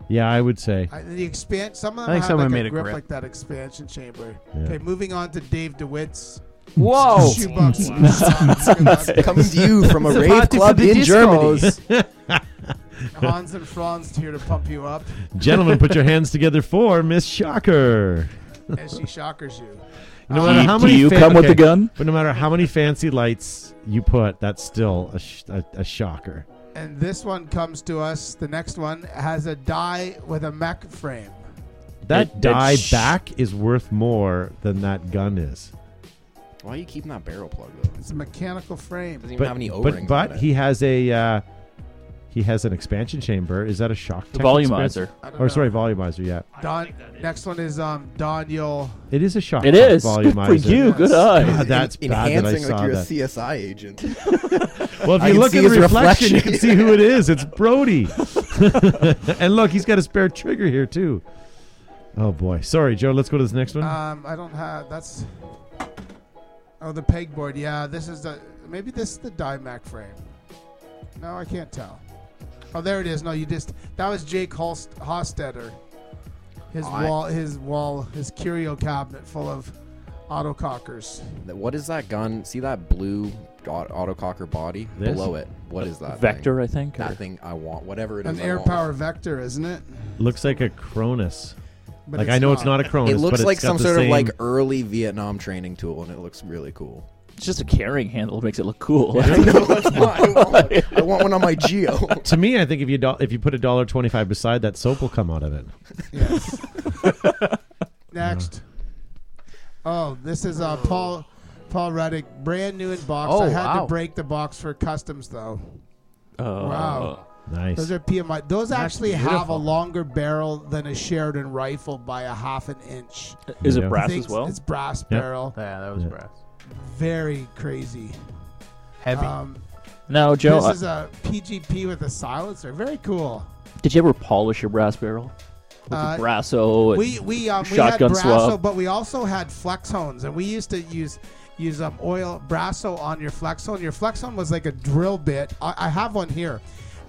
A: Yeah, I would say.
D: I, the expand. Some of them
C: I think
D: have
C: someone
D: like
C: made
D: a
C: a
D: grip,
C: grip.
D: like that expansion chamber.
A: Yeah.
D: Okay, moving on to Dave DeWitt's
C: Whoa!
D: shoebox.
F: Coming to you from a rave club in Germany.
D: Hans and Franz here to pump you up
A: Gentlemen, put your hands together for Miss Shocker.
D: as she shockers you.
A: No
E: Do
A: matter
E: you-
A: how
E: do
A: many
E: you
A: fan-
E: come with the
A: okay,
E: gun?
A: But no matter how many fancy lights you put, that's still a, sh- a, a shocker.
D: And this one comes to us. The next one has a die with a mech frame.
A: That
E: It- it
A: die
E: sh-
A: back is worth more than that gun is.
F: Why are you keeping that barrel plug though? It
D: It's a mechanical frame.
F: doesn't even
A: But
F: have any
A: but,
F: O-rings. on
A: but
F: it.
A: he has a uh, he has an expansion chamber. Is that a shock?
E: The
A: tech
E: volumizer.
D: I don't
A: Or
D: know.
A: sorry, volumizer. Yeah,
D: Don, next one is um Daniel.
A: it is a shock.
E: It
A: tech
E: is. Good for
A: Uh, volumizer.
E: you. Good eye.
A: God, that's
F: En-
A: bad that I
F: enhancing
A: saw
F: like you're
A: that.
F: a CSI agent.
A: Well, if
F: I
A: you
F: can
A: look
F: see
A: at the
F: his
A: reflection, you
F: reflection.
A: can see who it is. It's Brody. and look, he's got a spare trigger here too. Oh boy. Sorry, Joe. Let's go to this next one.
D: Um, I don't have. That's. Oh, the pegboard. Yeah, this is the. Maybe this is the Dimac frame. No, I can't tell. Oh, there it is. No, you just. That was Jake Holst, Hostetter. His
F: I-
D: wall, his wall, his curio cabinet full of autocockers.
F: Th- What is that gun? See that blue au- autococker body
A: This?
F: below it? What is that?
E: Vector, I
F: Thing?
E: think. or-
F: That thing I want. Whatever it is.
D: An
F: I
D: air
F: want.
D: power vector, isn't it?
A: Looks like a Cronus.
D: But
A: like I know it's not a Cronus.
F: It
A: but
F: looks
A: it's
F: like
A: got
F: some
A: the
F: sort of
A: same-
F: like early Vietnam training tool, and it looks really cool.
E: It's just a carrying handle. It makes it look cool.
F: no, it's not. I want, I want one on my Geo.
A: To me, I think if you do- if you put a dollar twenty five beside that, soap will come out of it.
D: Yes. Next. Oh, this is uh, Paul Paul Reddick, brand new in box.
F: Oh,
D: I had
F: wow.
D: to break the box for customs though.
E: Oh.
D: Wow.
A: Nice.
D: Those are PMI. Those actually have a
C: beautiful.
D: longer barrel than a Sheridan rifle by a half an inch.
E: Is
A: Yeah.
E: it brass
D: Thinks
E: as well?
D: It's brass
A: Yeah.
D: barrel.
C: Yeah, that was
A: Yeah.
C: brass.
D: Very crazy.
C: Heavy.
D: Um,
E: Now, Joe,
D: this
E: uh,
D: is a PGP with a silencer. Very cool.
E: did you ever polish your brass barrel? With
D: Uh,
E: a brasso. and-
D: we we um, we
E: Shotgun
D: had brasso,
E: swab.
D: but we also had flexones, and we used to use use um, oil brasso on your flexone. Your flexone was like a drill bit. I, I have one here,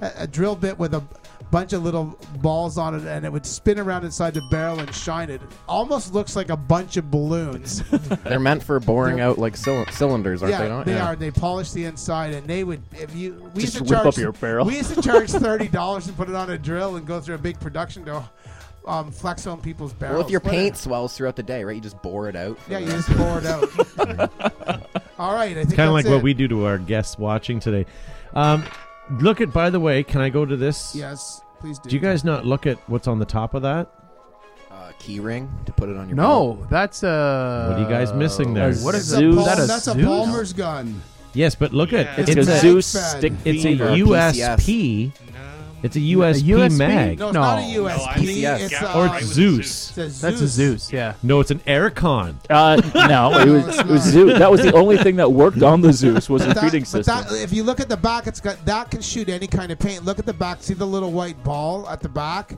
D: a, a drill bit with a bunch of little balls on it, and it would spin around inside the barrel and shine it. Almost looks like a bunch of balloons.
F: They're meant for boring out like cyl- cylinders, aren't they?
D: yeah,
F: Not?
D: they are. They polish the inside, and they would if you we
E: Just
D: used to
E: whip
D: charge
E: up your barrel.
D: we used to charge thirty dollars and put it on a drill and go through a big production to um, flexone people's barrels.
F: Well, if your
D: What a-
F: paint swells throughout the day, right? You just bore it out. for
D: Yeah, you
F: the-
D: just pour it out. All right, I think
A: kind of like
D: that's
A: what
D: it.
A: we do to our guests watching today. Um, look at. By the way, can I go to this?
D: Yes, please do.
A: Do you guys not look at what's on the top of that?
F: uh, key ring to put it on your. belt.
C: No, that's uh, a.
A: What are you guys missing there?
C: Oh. What
D: It's
C: is
D: a
E: Zeus?
D: Pal-
C: That a
D: that's a
C: Zeus?
D: Palmer's gun.
A: Yes, but look at
G: Yeah.
A: it's,
E: it's, a
A: a,
D: mag
E: Zeus
D: pad.
E: stick
A: it's a
E: finger.
F: U-
A: USP. It's a USP,
C: USP?
A: mag.
D: No, it's
C: No.
D: not a
C: No,
G: I
D: USP.
G: think
D: it's
G: Gap
D: a,
A: Or
G: I
A: it's
G: was a
A: Zeus.
D: it's
C: That's a Zeus. Yeah.
A: No, it's an aircon.
E: uh, no, it was, it was Zeus. That was the only thing that worked on the Zeus was the
D: That-
E: feeding
D: but
E: system.
D: that, if you look at the back, it's got that can shoot any kind of paint. Look at the back. See the little white ball at the back.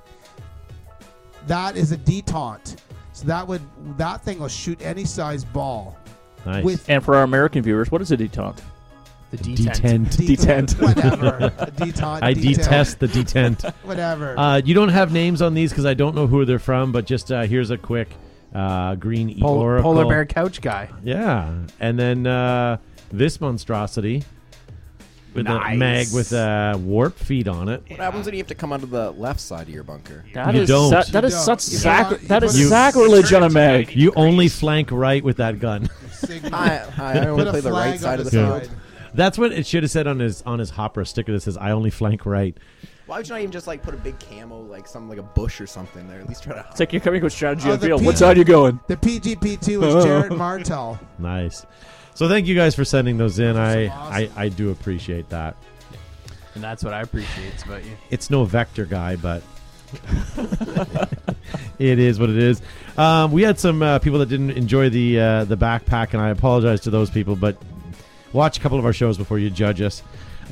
D: That is a detente. So that would that thing will shoot any size ball
A: Nice.
D: with
E: And for our American viewers, what is a detent?
C: The D10.
A: detent.
E: Detent.
D: Whatever. A detente.
A: I
D: detent,
A: detest the detent.
D: Whatever.
A: Uh, you don't have names on these because I don't know who they're from, but just uh, here's a quick uh, green e
C: Pol-
A: oracle.
C: polar bear couch guy.
A: Yeah, and then uh, this monstrosity with a
C: Nice.
A: mag with a warp feed on it.
F: What happens when you have to come out of the left side of your bunker?
E: That
A: You
E: is
A: don't.
E: sa- that
D: You
E: is
D: don't.
E: such
D: You
E: sac-
D: don't.
E: that
D: You
E: is
D: put a-
E: sacrilege on a mag.
A: You only flank right with that gun.
D: Sigma.
F: I I, I
D: Put
F: only
D: a
F: play the
D: flag
F: right side
D: on
A: the
F: of the field.
D: side.
A: That's what it should have said on his on his hopper sticker that says "I only flank right."
F: Why would you not even just like put a big camo, like some like a bush or something there? At least try to.
E: It's like you're coming with strategy
D: Oh,
E: on
D: the
E: field. What
D: P-
E: side are you going?
D: The PGP2 was Jared Martell.
A: Nice. So thank you guys for sending those in. I,
D: awesome.
A: I I do appreciate that.
C: And that's what I appreciate about you.
A: It's no vector guy, but it is what it is. Um, we had some uh, people that didn't enjoy the uh, the backpack, and I apologize to those people. But watch a couple of our shows before you judge us.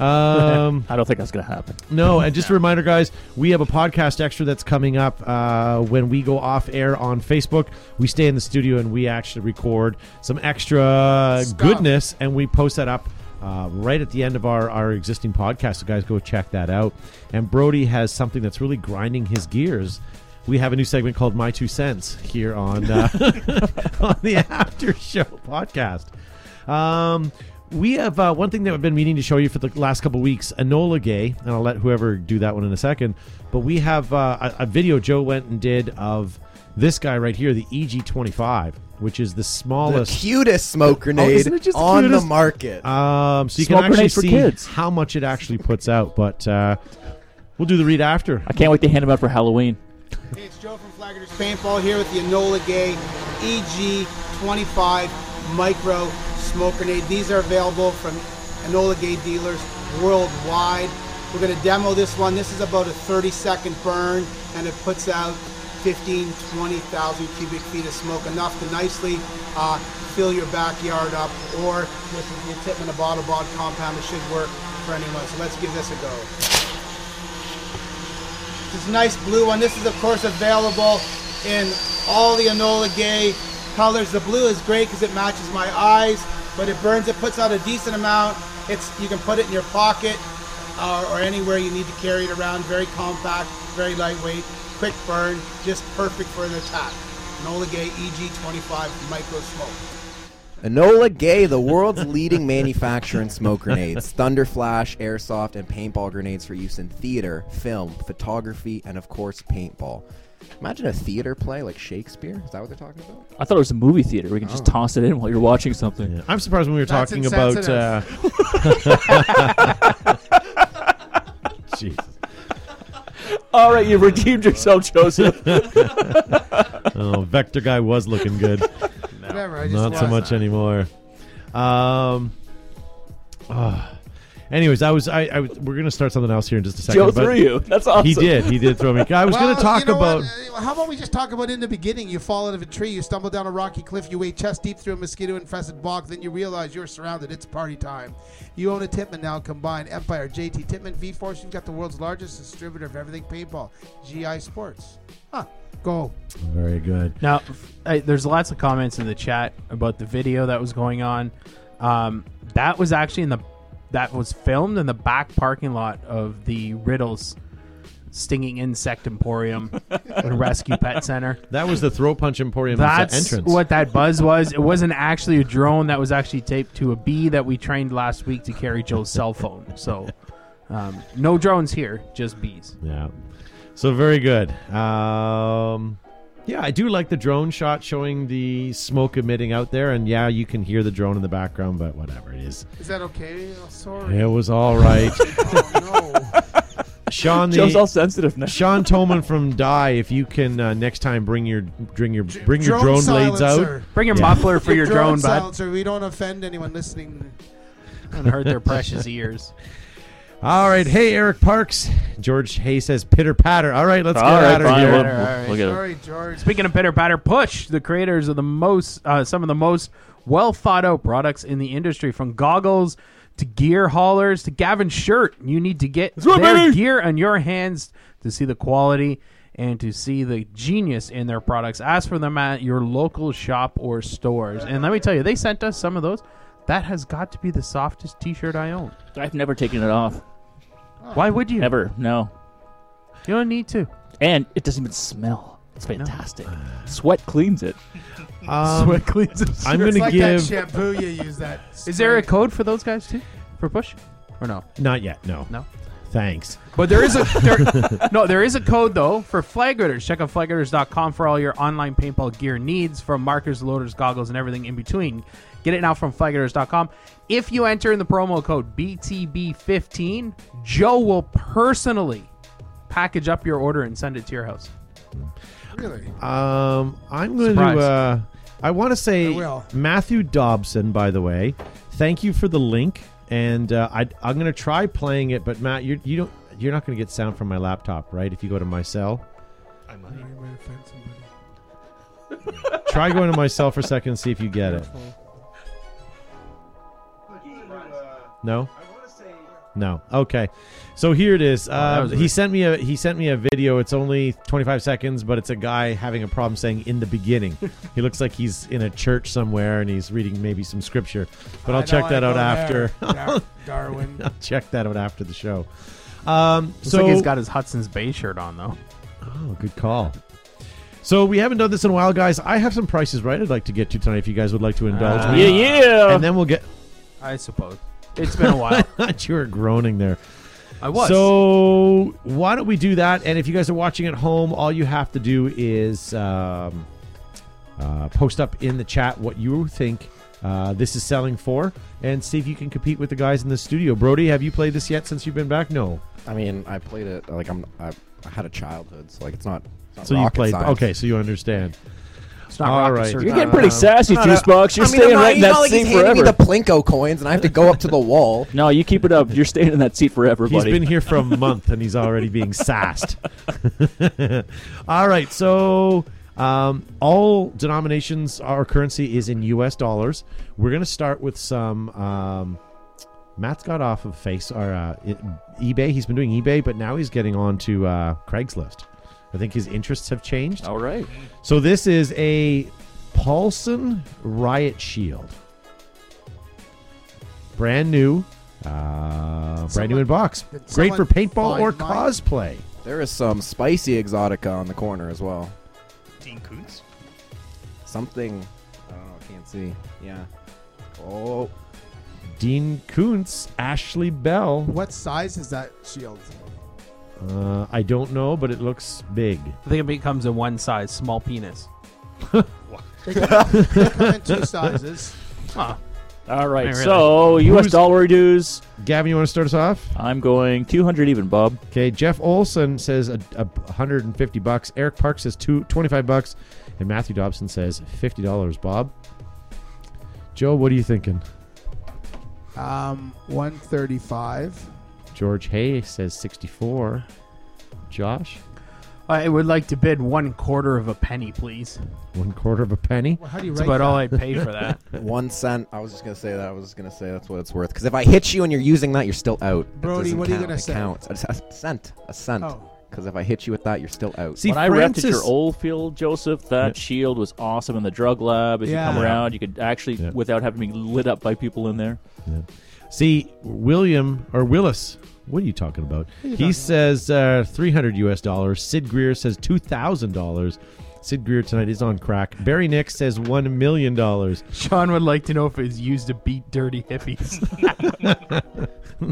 A: Um,
E: I don't think that's going to happen.
A: No, and just a reminder, guys, we have a podcast extra that's coming up uh, when we go off air on Facebook. We stay in the studio and we actually record some extra
D: Stuff.
A: goodness, and we post that up uh, right at the end of our, our existing podcast. So, guys, go check that out. And Brody has something that's really grinding his gears. We have a new segment called My Two Cents here on uh, on the After Show podcast. Um, we have uh, one thing that I've been meaning to show you for the last couple weeks, Enola Gay, and I'll let whoever do that one in a second. But we have uh, a, a video Joe went and did of this guy right here, the EG25, which is the
F: The
A: smallest.
F: cutest smoke
A: Oh,
F: grenade
A: isn't it just the
F: on the
A: cutest?
F: market.
A: um, so you
E: Small
A: can actually
E: grenade for
A: see
E: kids.
A: how much it actually puts out. But uh, we'll do the read after.
E: I can't wait to hand them out for Halloween.
D: Hey, it's Joe from Flaggers Paintball here with the Enola Gay EG25 Micro Smoke Grenade. These are available from Enola Gay dealers worldwide. We're going to demo this one. This is about a 30 second burn and it puts out 15, 20,000 cubic feet of smoke, enough to nicely uh, fill your backyard up or just if you tip in a bottle bod compound, it should work for anyone. So let's give this a go. This nice blue one. This is of course available in all the Enola Gay colors. The blue is great because it matches my eyes, but it burns. It puts out a decent amount. It's you can put it in your pocket uh, or anywhere you need to carry it around. Very compact, very lightweight, quick burn, just perfect for an attack. Enola Gay EG25 Micro Smoke.
F: Enola Gay, the world's leading manufacturer in smoke grenades, thunder flash, airsoft, and paintball grenades for use in theater, film, photography, and of course, paintball. Imagine a theater play like Shakespeare. Is that what they're talking about?
E: I thought it was a movie theater. We can just
D: Oh.
E: toss it in while you're watching something.
A: Yeah. I'm surprised when we were
D: That's
A: talking about. Uh,
D: insensitive.
A: uh, Jesus.
E: All right, you've redeemed yourself, Joseph.
A: Oh, Vector guy was looking good.
D: Whatever. I
A: Not so much anymore. Um. ah. anyways, I was. I, I. was- We're gonna start something else here in just a second.
E: Joe
A: but
E: threw you. That's awesome.
A: He did. He did throw me. I was gonna talk about.
D: Uh, How about we just talk about in the beginning? You fall out of a tree, you stumble down a rocky cliff, you wade chest deep through a mosquito infested bog, then you realize you're surrounded. It's party time. You own a Tippmann now, combined Empire, JT Tippmann, V Force. You've got the world's largest distributor of everything paintball, GI Sports. Huh. Go.
A: Very good.
C: Now, I, there's lots of comments in the chat about the video that was going on. Um, that was actually in the that was filmed in the back parking lot of the Riddles Stinging Insect Emporium and Rescue Pet Center.
A: That was the throat punch emporium at the
C: That's
A: entrance.
C: what that buzz was. It wasn't actually a drone. That was actually taped to a bee that we trained last week to carry Joe's cell phone. So, um, no drones here, just bees.
A: Yeah. So very good. Um. Yeah, I do like the drone shot showing the smoke emitting out there, and yeah, you can hear the drone in the background, but whatever it is,
D: Is that okay? Oh, sorry.
A: it was all right.
D: Oh, no.
A: Sean, the
E: Joe's all sensitive now.
A: Sean Tolman from Die, if you can uh, next time bring your bring your bring your drone, blades out.
D: silencer.
C: Bring your muffler for your drone, bud.
D: silencer. We don't offend anyone listening.
C: And hurt their precious ears.
A: All right, hey Eric Parks, George Hay says pitter patter. All right, let's
E: All
A: get
E: right,
A: out of
E: fine.
A: here.
E: We'll,
C: All right,
E: we'll get it.
D: Sorry, George.
C: Speaking of pitter patter, push the creators of the most, uh, some of the most well thought out products in the industry, from goggles to gear haulers to Gavin's shirt. You need to get
E: right,
C: their
E: baby.
C: gear on your hands to see the quality and to see the genius in their products. Ask for them at your local shop or stores. And let me tell you, they sent us some of those. That has got to be the softest T-shirt I own.
E: I've never taken it off.
C: Why would you?
E: Ever. No.
C: You don't need to.
E: And it doesn't even smell. It's fantastic. Sweat cleans it.
A: Um,
C: Sweat cleans it.
A: I'm
D: it's
A: gonna
D: like
A: give
D: that shampoo you use. That
C: Is there a code for those guys too? For push or no?
A: not yet. No,
C: No.
A: Thanks.
C: But there is a there, no, there is a code though for flag raiders. Check out flagritters.com for all your online paintball gear needs from markers, loaders, goggles, and everything in between. Get it now from flagritters.com. If you enter in the promo code BTB15, Joe will personally package up your order and send it to your house.
D: really?
A: Um, I'm going
C: Surprise.
A: to. Uh, I want to say
D: I will.
A: Matthew Dobson. By the way, thank you for the link, and uh, I, I'm going to try playing it. But Matt, you you don't you're not going to get sound from my laptop, right? If you go to my cell,
G: I might.
A: try going to my cell for a second and see if you get it. No.
D: I want to say
A: No. Okay. So here it is.
C: Oh, that
A: Uh,
C: was
A: he
C: weird.
A: sent me a he sent me a video. It's only 25 seconds, but it's a guy having a problem saying in the beginning. he looks like he's in a church somewhere and he's reading maybe some scripture. But
D: I
A: I'll
D: don't
A: check that
D: wanna
A: out
D: go
A: after.
D: there, Dar- Darwin.
A: I'll check that out after the show. Um,
C: Looks
A: so
C: like he's got his Hudson's Bay shirt on though.
A: Oh, good call. So we haven't done this in a while, guys. I have some prices right I'd like to get to tonight. If you guys would like to indulge
C: Ah.
E: Yeah,
A: me,
E: yeah.
A: and then we'll get.
C: I suppose. It's been a while.
A: you were groaning there.
C: I was.
A: So why don't we do that? And if you guys are watching at home, all you have to do is um, uh, post up in the chat what you think uh, this is selling for, and see if you can compete with the guys in the studio. Brody, have you played this yet since you've been back? No.
F: I mean, I played it like I'm. I, I had a childhood, so like it's not. It's not
A: So you
F: rocket
A: played.
F: science.
A: Okay, so you understand.
C: it's not
A: all
C: rocket
A: right.
C: surgery.
E: You're getting pretty sassy,
F: No, no,
E: juice box. You're
F: I mean,
E: staying
F: I'm not,
E: right in
F: it's
E: that
F: not like
E: seat
F: he's handing
E: forever.
F: me the Plinko coins, and I have to go up to the wall.
E: no, you keep it up. You're staying in that seat forever, buddy.
A: He's been here for a month and he's already being sassed. all right, so um, all denominations, our currency is in U.S. dollars. We're going to start with some. Um, Matt's got off of Face or uh, it- eBay. He's been doing eBay, but now he's getting on to uh, Craigslist. I think his interests have changed.
E: All right.
A: So this is a Paulson Riot Shield, brand new, uh, brand new
D: Someone-
A: in box.
D: did
A: Great for
D: someone
A: paintball or
D: find mine?
A: cosplay.
F: There is some spicy exotica on the corner as well.
G: Dean Koontz.
F: Something I don't know. I can't see. Yeah. Oh,
A: Dean Koontz, Ashley Bell.
D: What size is that shield?
A: Uh, I don't know, but it looks big.
C: I think it becomes a one size small penis.
D: They come in two sizes.
E: All right.
C: Not really.
E: So, U.S.
A: Who's-
E: dollar dues.
A: Gavin, you want to start us off?
E: I'm going 200 even, Bob.
A: Okay. Jeff Olson says a, a 150 bucks. Eric Park says two, 25 bucks, and Matthew Dobson says 50 dollars. Bob. Joe, what are you thinking?
D: Um, one thirty-five.
A: George Hay says 64. Josh,
C: I would like to bid one quarter of a penny, please.
A: one quarter of a penny.
D: Well, how do you
C: That's
D: write
C: about
D: that?
C: all I'd pay for that.
F: one cent. I was just gonna say that. I was just gonna say that's what it's worth. Because if I hit you and you're using that, you're still out. That
D: Brody,
F: doesn't
D: what are you
F: count.
D: gonna
F: It
D: say?
F: Counts. A, a cent. A cent.
D: Oh.
F: Because if I hit you with that, you're still out.
A: See,
E: when I wrapped at
A: Francis,
E: your old field, Joseph, that shield was awesome in the drug lab. As
D: Yeah.
E: you come around, you could actually,
A: Yeah.
E: without having to be lit up by people in there.
A: see William or Willis. What are you talking about? He says uh, 300 US dollars. Sid Greer says $2,000. Sid Greer tonight is on crack. Barry Nix says $1 million.
C: Sean would like to know if it was used to beat dirty hippies.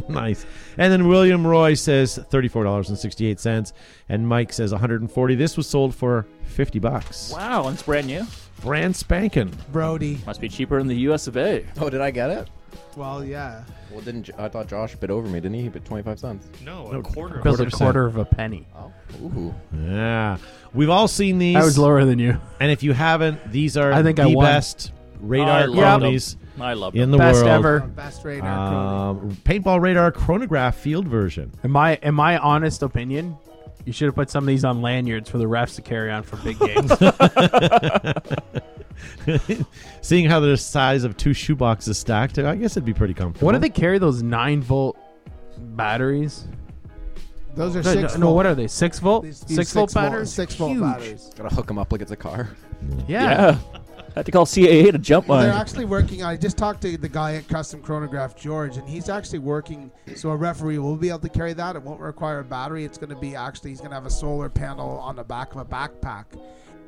A: nice. And then William Roy says $34.68. And Mike says 140 This was sold for 50 bucks.
E: Wow, that's brand new.
A: Brand spanking.
D: Brody.
E: Must be cheaper in the U.S. of A.
F: oh, did I get it?
D: Well, yeah.
F: Well, didn't J- I thought Josh bit over me? Didn't he? He bit 25 cents.
G: No,
A: No,
G: a quarter.
A: Bill-
G: of
C: Bill's a
A: cent.
C: quarter of a penny.
F: Oh. Ooh.
A: Yeah. We've all seen these.
C: I was lower than you.
A: And if you haven't, these are
C: I think
A: the
C: I won.
A: best radar
E: I love
A: cronies
E: them. I love them.
A: in the
C: Best
A: world.
D: Our
C: ever.
D: best radar. Brody.
A: Um, paintball radar chronograph field version.
C: In my in my honest opinion, you should have put some of these on lanyards for the refs to carry on for big games.
A: Seeing how they're the size of two shoeboxes stacked, I guess it'd be pretty comfortable.
C: what do they carry those nine volt batteries?
D: Those are
C: No,
D: six.
C: no, no,
D: volt.
C: what are they? Six volt?
D: These- these
C: six volt
D: six volt-
C: batteries?
D: six volt
C: Huge.
D: batteries.
F: Gotta hook him up like it's a car.
C: Yeah.
E: Yeah. Had to call CAA to jump
D: They're
E: on.
D: actually working. I just talked to the guy at Custom Chronograph, George, and he's actually working. So a referee will be able to carry that. It won't require a battery. It's going to be actually. He's going to have a solar panel on the back of a backpack,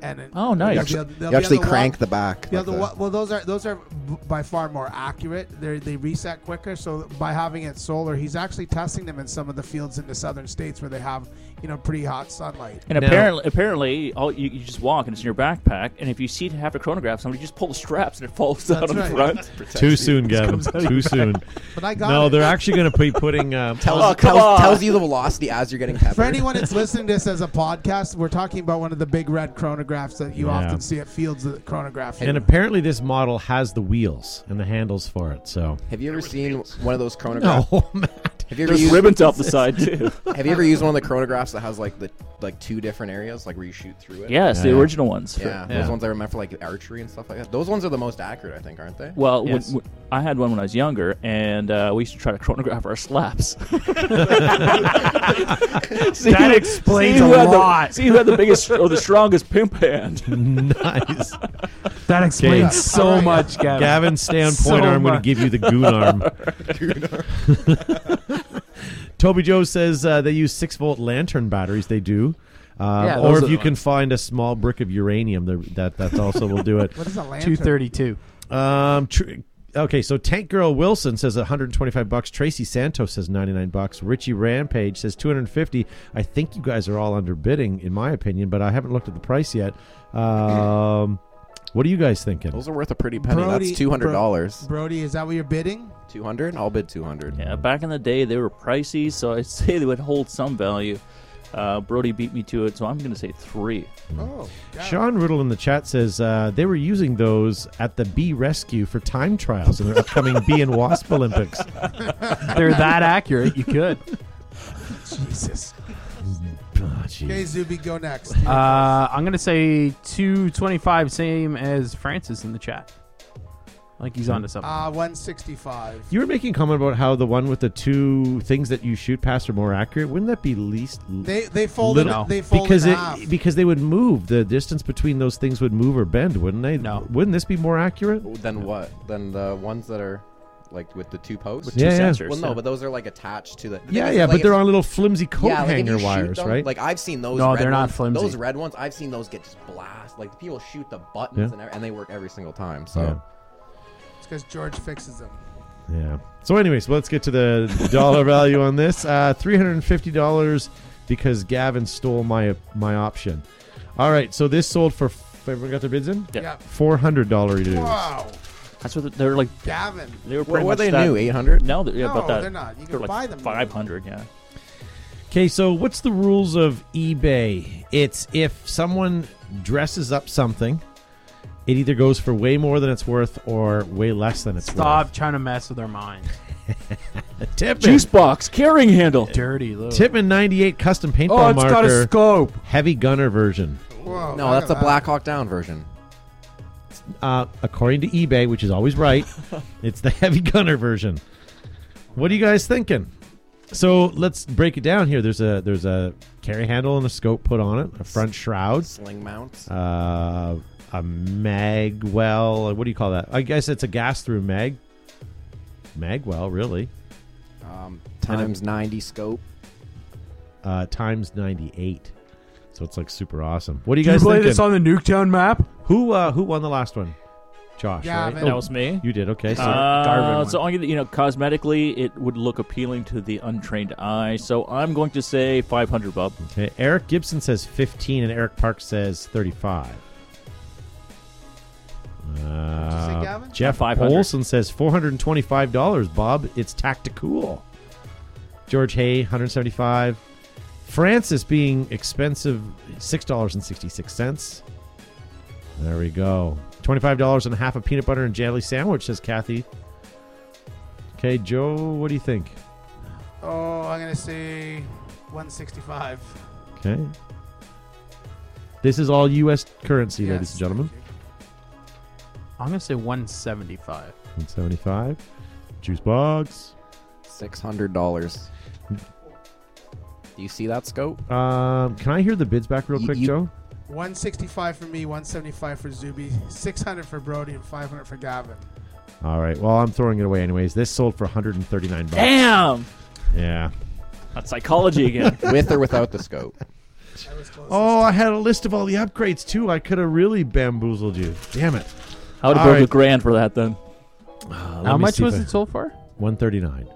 D: and it-
E: Oh,
D: they'll
E: nice.
F: You
D: be
F: actually,
D: able- they'll
F: you
D: be
F: actually
D: able to
F: crank
D: walk-
F: the back.
D: Yeah,
F: like
D: the,
F: the-
D: well, those are those are b- by far more accurate. They they reset quicker. So by having it solar, he's actually testing them in some of the fields in the southern states where they have you know pretty hot sunlight.
E: And
A: Now-
E: apparently, apparently, all you, you just walk and it's in your backpack. And if you see half a chronograph, somebody just pull the straps and it falls out
D: That's
E: on
D: right.
E: the front.
A: Too soon, Gavin. Too soon.
D: But I got
A: No,
D: it.
A: they're actually going to be putting. Um,
F: tells,
E: Oh, come
F: tells,
E: on.
F: tells you the velocity as you're getting peppered.
D: For anyone that's listening to this as a podcast, we're talking about one of the big red chronographs that you
A: Yeah.
D: often see at fields of chronograph.
A: and apparently, this model has the wheels and the handles for it. So,
F: Have you ever
G: were
F: seen
G: fields.
C: Oh,
F: one of those chronographs?
A: no, Matt.
F: Have you ever
E: There's
F: used,
E: ribbons off the side too.
F: Have you ever used one of the chronographs that has like the like two different areas, like where you shoot through it?
E: yes, the
A: Yeah.
E: original ones.
F: Yeah, those ones I remember for like archery and stuff like that. Those ones are the most accurate, I think, aren't they?
E: Well,
C: Yes.
E: when, when, I had one when I was younger, and uh, we used to try to chronograph our slaps. See
C: That
E: who-
C: explains
E: see who
C: a
E: had the-
C: lot.
E: see who had the biggest or the strongest pimp hand.
A: nice.
C: That explains so
D: All right.
C: much, Gavin.
A: Gavin's standpoint
C: So
A: arm. I'm going to
C: much.
A: give you the goon arm. Toby Joe says uh, they use six volt lantern batteries. They do. Um,
C: Yeah,
A: or
C: those
A: if
C: are
A: you
C: the
A: can find a small brick of uranium, there- that that also will do it.
D: What is a lantern?
C: Two thirty-two.
A: Um, tr- okay, so Tank Girl Wilson says 125 bucks. Tracy Santos says 99 bucks. Richie Rampage says 250. I think you guys are all underbidding, in my opinion, but I haven't looked at the price yet. Um, what are you guys thinking?
F: Those are worth a pretty penny.
D: Brody-
F: That's two hundred dollars.
D: Brody, is that what you're bidding?
F: Two hundred? I'll bid two hundred.
E: Yeah, back in the day they were pricey, so I'd say they would hold some value. Uh, Brody beat me to it, so I'm going to say three.
A: Mm.
D: Oh, God.
A: Sean Riddle in the chat says uh, they were using those at the bee rescue for time trials in their upcoming bee and wasp Olympics.
C: They're that accurate. You could.
D: Jesus.
A: Ah, jeez.
D: Okay, Zuby, go next.
C: Uh, I'm gonna say two twenty-five, same as Francis in the chat. Like he's onto something.
D: Uh, 165.
A: You were making a comment about how the one with the two things that you shoot past are more accurate. Wouldn't that be least?
D: They they folded
C: Little.
D: they folded
A: because
D: in
A: it
D: half.
A: because they would move the distance between those things would move or bend wouldn't they
C: No.
A: wouldn't this be more accurate
F: Then what? Then the ones that are like with the two posts.
E: Two
A: Yeah, yeah.
E: sensors.
F: Well,
E: yeah.
F: no, but those are like attached to the. the
A: yeah
F: thing is,
A: yeah
F: like,
A: but
F: if-
A: they're on little flimsy coat
F: yeah, like, if
A: hanger
F: you shoot
A: wires
F: them-
A: right
F: Like I've seen those.
C: No,
F: red
C: they're not
F: ones.
C: flimsy.
F: Those red ones, I've seen those get just blast. Like people shoot the buttons
A: Yeah.
F: and, ev- and they work every single time. So
A: Yeah.
D: It's because George fixes them.
A: yeah so anyways let's get to the dollar value on this uh $350 because gavin stole my my option all right so this sold for everyone got their bids in
E: Yeah.
D: Yeah.
A: $400 reduce
D: Wow,
E: That's what they're like.
D: Gavin.
E: They were
F: what
E: pretty
F: were
E: much
F: they
E: that-
F: new? Eight hundred.
E: No, they're, yeah,
D: no,
E: about that.
D: they're not. You
E: They're
D: can
E: like
D: buy them. now.
E: 500, yeah.
A: Okay, so what's the rules of eBay? It's if someone dresses up something, it either goes for way more than it's worth or way less than it's
C: Stop trying to mess with our minds.
A: worth. Stop.
E: Juice
A: Tipman,
E: box, carrying handle.
C: Dirty little.
A: Tipman 98 custom
C: Oh,
A: paintball marker,
C: scope.
A: heavy gunner version.
D: Whoa,
F: No,
D: look
F: that's
D: at
F: the
D: that.
F: Black Hawk Down version.
A: Uh, according to eBay, which is always right, it's the heavy gunner version. What are you guys thinking? So let's break it down here. There's a there's a carry handle and a scope put on it, a front shroud.
F: Sling mounts.
A: uh, a mag well. What do you call that? I guess it's a gas through mag. Mag well, really.
F: Um, times ninety scope.
A: Uh, times ninety eight. So it's like super awesome. What do you
C: Did you
A: guys
C: play
A: thinking?
C: this on the Nuketown map?
A: who uh, who won the last one? Josh,
D: Yeah,
A: right?
D: man.
E: That was me.
A: you did. Okay, so
E: Uh,
C: Garvin one.
E: so I'm gonna, you know, cosmetically, it would look appealing to the untrained eye. So I'm going to say 500, Bob.
A: okay. Eric Gibson says fifteen, and Eric Park says thirty five.
D: you say,
A: Uh,
D: Gavin?
A: Jeff
E: 500.
A: Olson says four hundred and twenty-five dollars. Bob, it's tactical. George Hay, one hundred seventy-five. Francis being expensive, six dollars and sixty-six cents. There we go. Twenty-five dollars and a half a peanut butter and jelly sandwich, says Kathy. Okay, Joe, what do you think?
D: Oh, I'm gonna say 165.
A: Okay. This is all U.S. currency,
D: Yes,
A: ladies and gentlemen.
D: thank you.
C: I'm gonna say 175.
A: 175. Juice box.
F: Six hundred dollars. Do you see that scope?
A: Um, can I hear the bids back real
F: You-
A: quick,
F: you-
A: Joe?
D: 165 for me, 175 for Zuby, 600 for Brody, and 500 for Gavin.
A: All right. Well, I'm throwing it away anyways. This sold for 139 bucks.
E: Damn!
A: Yeah.
E: That's psychology again.
F: With or without the scope?
D: That was close.
A: Oh, I had a list of all the upgrades too. I could have really bamboozled you. Damn it.
E: I would
A: All
E: have broke
A: right.
E: a grand for that then.
C: How much was it sold for?
A: 139.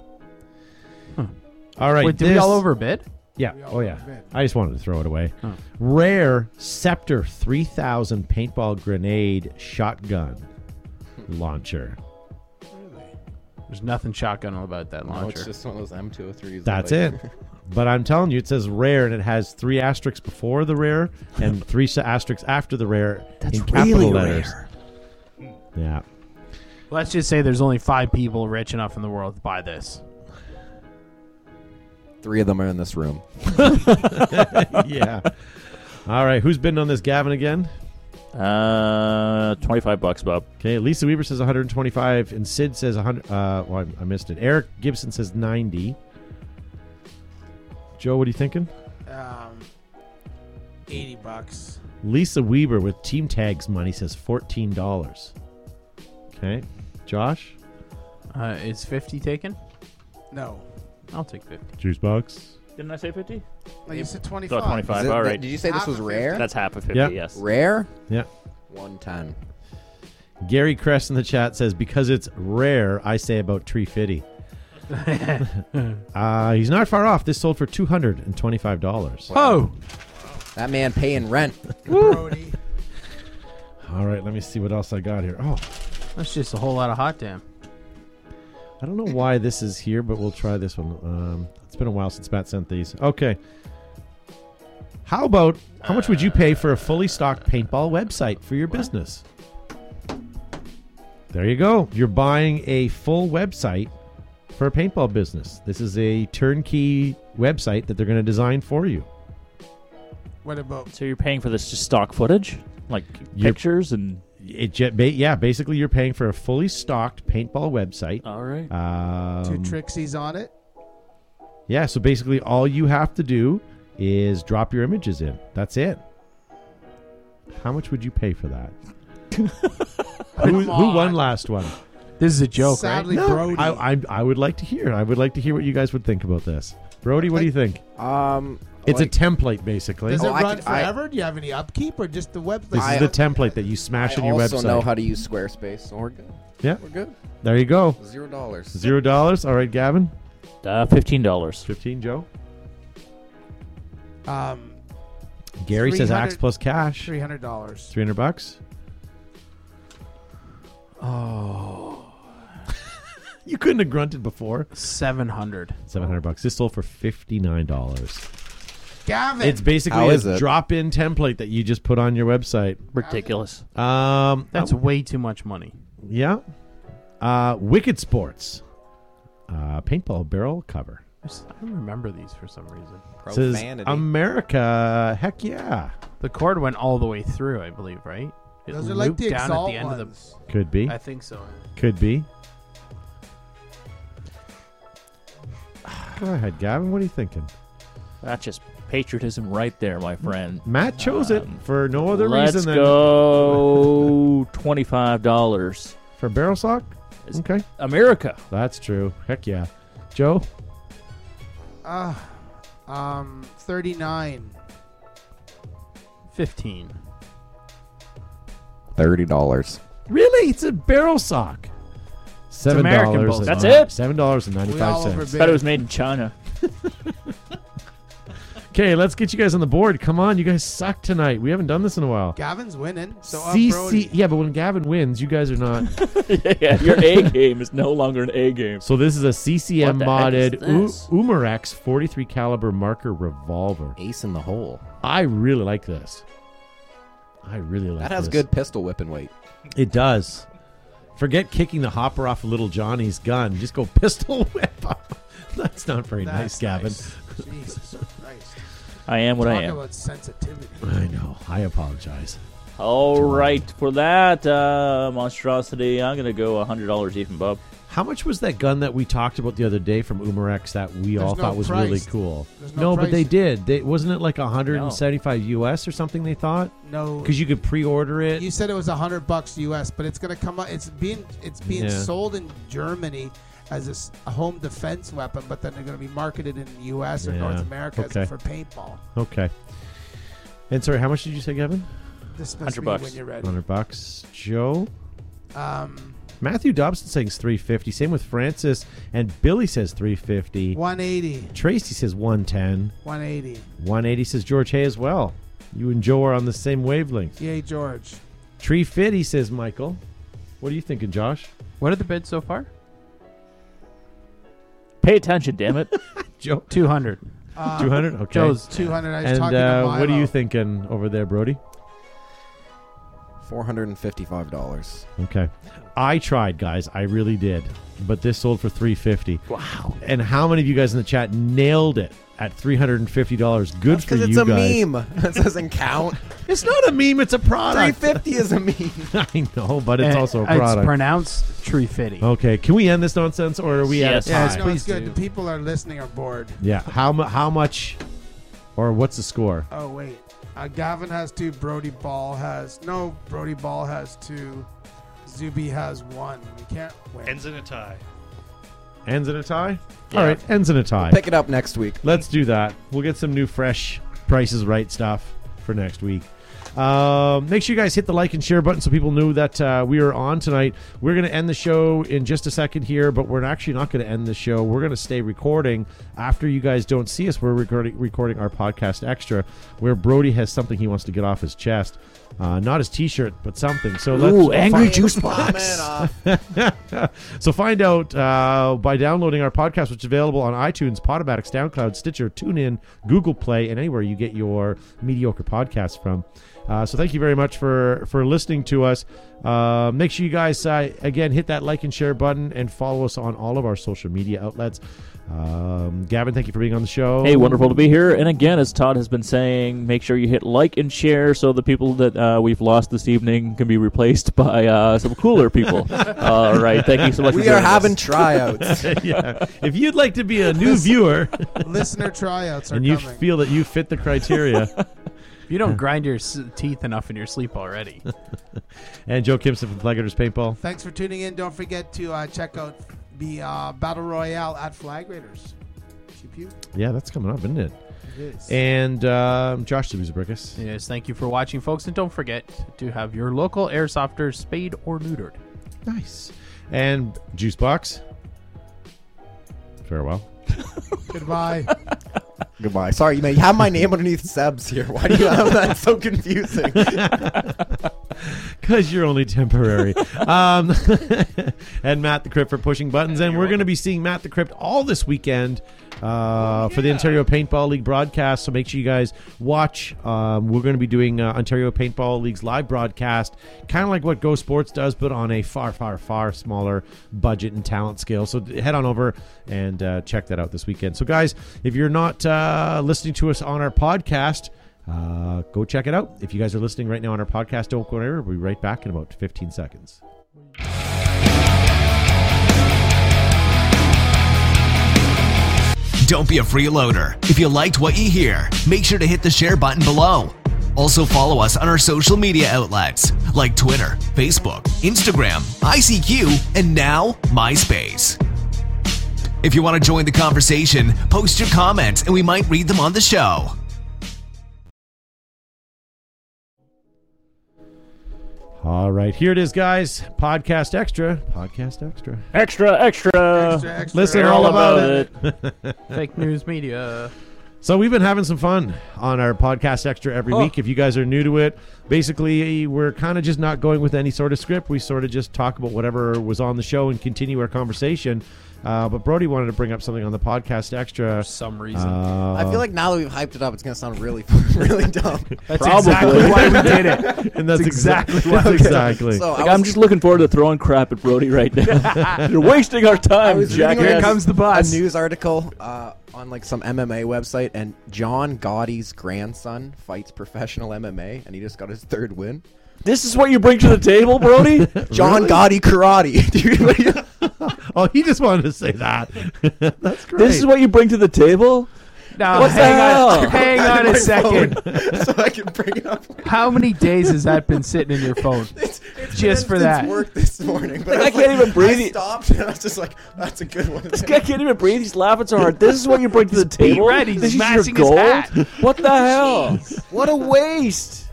A: All right.
C: Wait, did we
A: this-
C: all overbid?
A: Yeah. Oh yeah.
D: overbid.
A: I just wanted to throw it away.
C: Oh.
A: Rare Scepter 3000 paintball grenade shotgun launcher.
C: There's nothing shotgun about that
F: No, it's
C: launcher.
F: just one of those M203s.
A: That's it. But I'm telling you, it says rare, and it has three asterisks before the rare and three sa- asterisks after the rare in capital letters. Yeah.
C: Let's just say there's only five people rich enough in the world to buy this.
F: Three of them are in this room.
A: yeah. All right. Who's bidding on this, Gavin, again?
E: Uh, 25 bucks, Bob.
A: Okay. Lisa Weaver says 125, and Sid says 100. Uh, well, I, I missed it. Eric Gibson says 90. Joe, what are you thinking?
D: Um, 80 bucks.
A: Lisa Weaver with Team Tags money says $14. Okay. Josh?
C: Uh, is 50 taken?
D: No.
C: I'll take 50.
A: Juice box.
E: Didn't I say 50?
D: No, you said 25.
E: Oh, 25.
F: Is it-
E: All right.
F: Did you say this was rare?
E: That's half of 50,
A: Yeah.
E: yes.
F: Rare?
A: Yeah.
F: 110.
A: Gary Crest in the chat says, because it's rare, I say about Tree Fitty. uh, he's not far off. This sold for $225.
C: Oh!
F: That man paying rent.
D: Brody.
A: All right, let me see what else I got here. Oh,
C: That's just a whole lot of hot damn.
A: I don't know why this is here, but we'll try this one. Um, it's been a while since Matt sent these. Okay. How about how much would you pay for a fully stocked paintball website for your business? There you go. You're buying a full website for a paintball business. This is a turnkey website that they're going to design for you.
D: What about
E: So you're paying for this just stock footage? Like
A: You're-
E: pictures and.
A: It j- ba- yeah, basically you're paying for a fully stocked paintball website.
E: All right.
D: two
A: Um,
D: Trixies on it?
A: Yeah, so basically all you have to do is drop your images in. That's it. How much would you pay for that? who,
D: Come
A: who won
D: on.
A: last one?
C: This is a joke,
D: Sadly,
A: No,
D: Brody.
A: I, I, I would like to hear. I would like to hear what you guys would think about this. Brody, what do you think?
F: Um,
A: It's
F: like-
A: a template, basically.
D: Does
A: This
F: Oh,
D: it
F: I
D: run
F: could- I-
D: forever? Do you have any upkeep or just the website?
A: is the template that you smash
F: I
A: on your
F: also
A: website.
F: know how to use Squarespace, so we're good.
A: Yeah.
F: We're good.
A: there you go.
F: Zero dollars.
A: Zero dollars. All right, Gavin.
E: Uh, $15.
A: Fifteen, Joe.
D: um,
A: Gary says
D: 300
A: axe plus cash. Three
D: $300.
A: hundred bucks. Oh. you couldn't have grunted before.
C: 700.
A: Seven hundred bucks. This sold for fifty nine dollars.
D: Gavin.
A: It's basically
F: How
A: a
F: is it?
A: drop in template that you just put on your website.
E: Ridiculous.
A: Um,
C: That's way too much money.
A: yeah. Uh, Wicked Sports, uh, paintball barrel cover
C: I don't remember these for some reason.
A: says America. Heck yeah,
C: The cord went all the way through, I believe, right? It
D: Those are like
C: looped
D: the
C: down at
D: exalt
C: the end of
D: ones.
A: could be,
C: the. I think so.
A: could be. Go ahead, Gavin. What are you thinking?
E: That's just patriotism right there, my friend.
A: Matt chose it
E: Um,
A: for no other
E: Let's
A: reason than
E: go $25.
A: for barrel sock. Okay,
E: America.
A: that's true. Heck yeah, Joe.
D: Uh, um, 39.
C: 15.
F: Thirty dollars.
A: Really? It's a barrel sock. Seven
C: American
A: dollars.
C: bullseye.
E: That's it.
A: Seven dollars and
D: We
A: ninety-five
D: all
A: cents.
D: overbid.
E: Thought it was made in China.
A: Okay, let's get you guys on the board. Come on, you guys suck tonight. We haven't done this in a while.
D: Gavin's winning. So up
A: CC.
D: Brody.
A: Yeah, but when Gavin wins, you guys are not.
E: yeah, your A game is no longer an A game.
A: so this is a CCM
E: What the heck
A: modded
E: is
A: U-
E: this?
A: Umarex 43 caliber marker revolver.
F: Ace in the hole.
A: I really like this. I really like
F: That has
A: this.
F: good pistol whipping weight.
A: It does. Forget kicking the hopper off of little Johnny's gun. Just go pistol whip. That's not very nice,
D: That's
A: Gavin.
D: Jesus Christ.
E: I am what
D: Talk
E: I am.
D: about sensitivity.
A: I know. I apologize.
E: All right, for that uh, monstrosity, I'm gonna go hundred dollars even, Bob.
A: How much was that gun that we talked about the other day from Umarex that we all
D: no
A: thought was
D: price.
A: really cool?
D: There's
A: No,
D: no
A: but they
D: price.
A: did. They, wasn't it like 175 US or something they thought?
D: No.
A: Because you could pre-order it.
D: You said it was hundred bucks US, but it's gonna come up. It's being it's being
A: Yeah.
D: sold in Germany as a s- a, home defense weapon, but then they're gonna be marketed in the US or
A: Yeah.
D: North America
A: Okay.
D: as for paintball.
A: okay. And sorry, how much did you say, Kevin?
D: This
E: 100
D: must be
E: bucks.
D: when you're ready.
A: 100 bucks. Joe?
D: Um,
A: Matthew Dobson says 350. Same with Francis. And Billy says 350.
D: 180,
A: Tracy says 110.
D: 180.
A: 180 says George Hay as well. You and Joe are on the same wavelength.
D: Yay, George.
A: Tree Fitty says Michael. What are you thinking, Josh?
C: What are the bids so far?
E: Pay attention, damn it!
A: Joe?
C: 200.
D: Uh,
A: 200? Okay.
C: Joe's
D: Two hundred. I was
A: And
D: talking
A: uh,
D: to
A: what are you
D: Milo.
A: thinking over there, Brody?
F: Four hundred and fifty-five dollars.
A: Okay. I tried, guys. I really did. But this sold for 350. Wow. And how many of you guys in the chat nailed it at $350? Good for
F: Because
A: you
F: it's a
A: guys.
F: meme. It doesn't count.
A: It's not a meme, it's a
F: Three
A: product.
F: fifty is a meme.
A: I know, but it's
C: Eh,
A: also a product. Oh.
C: It's pronounced tree fitty.
A: okay, can we end this nonsense or are we
E: Yes.
A: at
D: Yes,
A: time?
D: no,
C: Please
D: it's good.
C: do.
D: The people are listening are bored.
A: Yeah. How mu- how much or what's the score?
D: Oh wait, uh, Gavin has two. Brody Ball has no. Brody Ball has two. Zuby has one. We can't win.
G: Ends in a tie.
A: Ends in a tie? All right, ends in a tie.
F: Pick it up next week.
A: Let's do that. We'll get some new fresh prices right stuff for next week. Um, make sure you guys hit the like and share button so people know that uh, we are on tonight. We're going to end the show in just a second here, but we're actually not going to end the show. We're going to stay recording after you guys don't see us. We're recording recording our podcast extra, where Brody has something he wants to get off his chest, uh, not his T-shirt, but something. So let's uh,
E: Ooh, angry
F: Fine.
E: juice
F: Man,
E: box.
F: uh,
A: so find out uh, by downloading our podcast, which is available on iTunes, Podomatic, SoundCloud, Stitcher, TuneIn, Google Play, and anywhere you get your mediocre podcasts from. Uh, so thank you very much for for listening to us. Uh, make sure you guys uh, again hit that like and share button and follow us on all of our social media outlets. Um, Gavin, thank you for being on the show.
E: Hey, wonderful to be here. And again, as Todd has been saying, make sure you hit like and share so the people that uh, we've lost this evening can be replaced by uh, some cooler people. All right. Thank you so much for
F: we
E: joining us.
F: are having tryouts.
A: yeah. If you'd like to be a new viewer
D: Listener tryouts are
A: and you
D: coming.
A: feel that you fit the criteria.
C: If you don't grind your s- teeth enough in your sleep already,
A: and Joe Kimson from Flaggetters Paintball.
D: Thanks for tuning in. Don't forget to uh, check out the uh, Battle Royale at Flag Raiders. Pew, pew.
A: Yeah, that's coming up, isn't it?
D: It is.
A: And um, Josh Zabuzabrickus.
C: yes. Thank you for watching, folks, and don't forget to have your local airsofter spayed or neutered.
A: Nice. And Juicebox. Farewell.
D: Goodbye.
F: Goodbye. Sorry, you may have my name underneath Seb's here. Why do you have that? It's so confusing.
A: Because you're only temporary. um, and Matt the Crypt for pushing buttons. And we're going to be seeing Matt the Crypt all this weekend uh, for the Ontario Paintball League broadcast. So make sure you guys watch. Um, we're going to be doing uh, Ontario Paintball League's live broadcast, kind of like what Go Sports does, but on a far, far, far smaller budget and talent scale. So head on over and uh, check that out this weekend. So, guys, if you're not uh, listening to us on our podcast, uh, go check it out. If you guys are listening right now on our podcast, don't go anywhere. We'll be right back in about 15 seconds.
B: Don't be a freeloader. If you liked what you hear, make sure to hit the share button below. Also, follow us on our social media outlets like Twitter, Facebook, Instagram, ICQ, and now MySpace. If you want to join the conversation, post your comments and we might read them on the show.
A: All right, here it is, guys. Podcast extra. Podcast extra.
E: Extra, extra.
D: extra, extra.
A: listen,
E: They're all about it.
C: Fake news media.
A: So we've been having some fun on our podcast extra every week. If you guys are new to it, basically we're kind of just not going with any sort of script. We sort of just talk about whatever was on the show and continue our conversation. Uh, but Brody wanted to bring up something on the podcast extra.
C: For some reason,
A: Uh,
F: I feel like now that we've hyped it up, it's gonna sound really, really dumb.
C: that's
E: probably.
C: exactly why we did it.
A: and that's exactly that's
F: Okay.
A: exactly.
F: So I
E: Like,
F: was,
E: I'm just looking forward to throwing crap at Brody right now. You're wasting our
F: I
E: time,
F: was reading
E: jackass.
F: like
C: comes the bus.
F: A news article uh, on like some MMA website, and John Gotti's grandson fights professional MMA, and he just got his third win.
E: This is what you bring to the table, Brody?
F: John Gotti karate. Dude,
A: oh, he just wanted to say that. that's great.
E: This is what you bring to the table?
C: Now,
E: What the
C: hang
E: hell?
C: on, hang on a second.
F: so I can bring it up.
C: How many days has that been sitting in your phone? Just for
F: It's
C: that.
F: work this morning, but
E: Like, I
F: was
E: can't
F: like-
E: even breathe.
F: I stopped, and I was just like, "That's a good one."
E: This guy can't even breathe. He's laughing so hard. This is what you bring to the table.
C: red. He's
E: this is
C: smashing
E: your
C: his
E: gold.
C: hat.
E: What the hell? What a waste.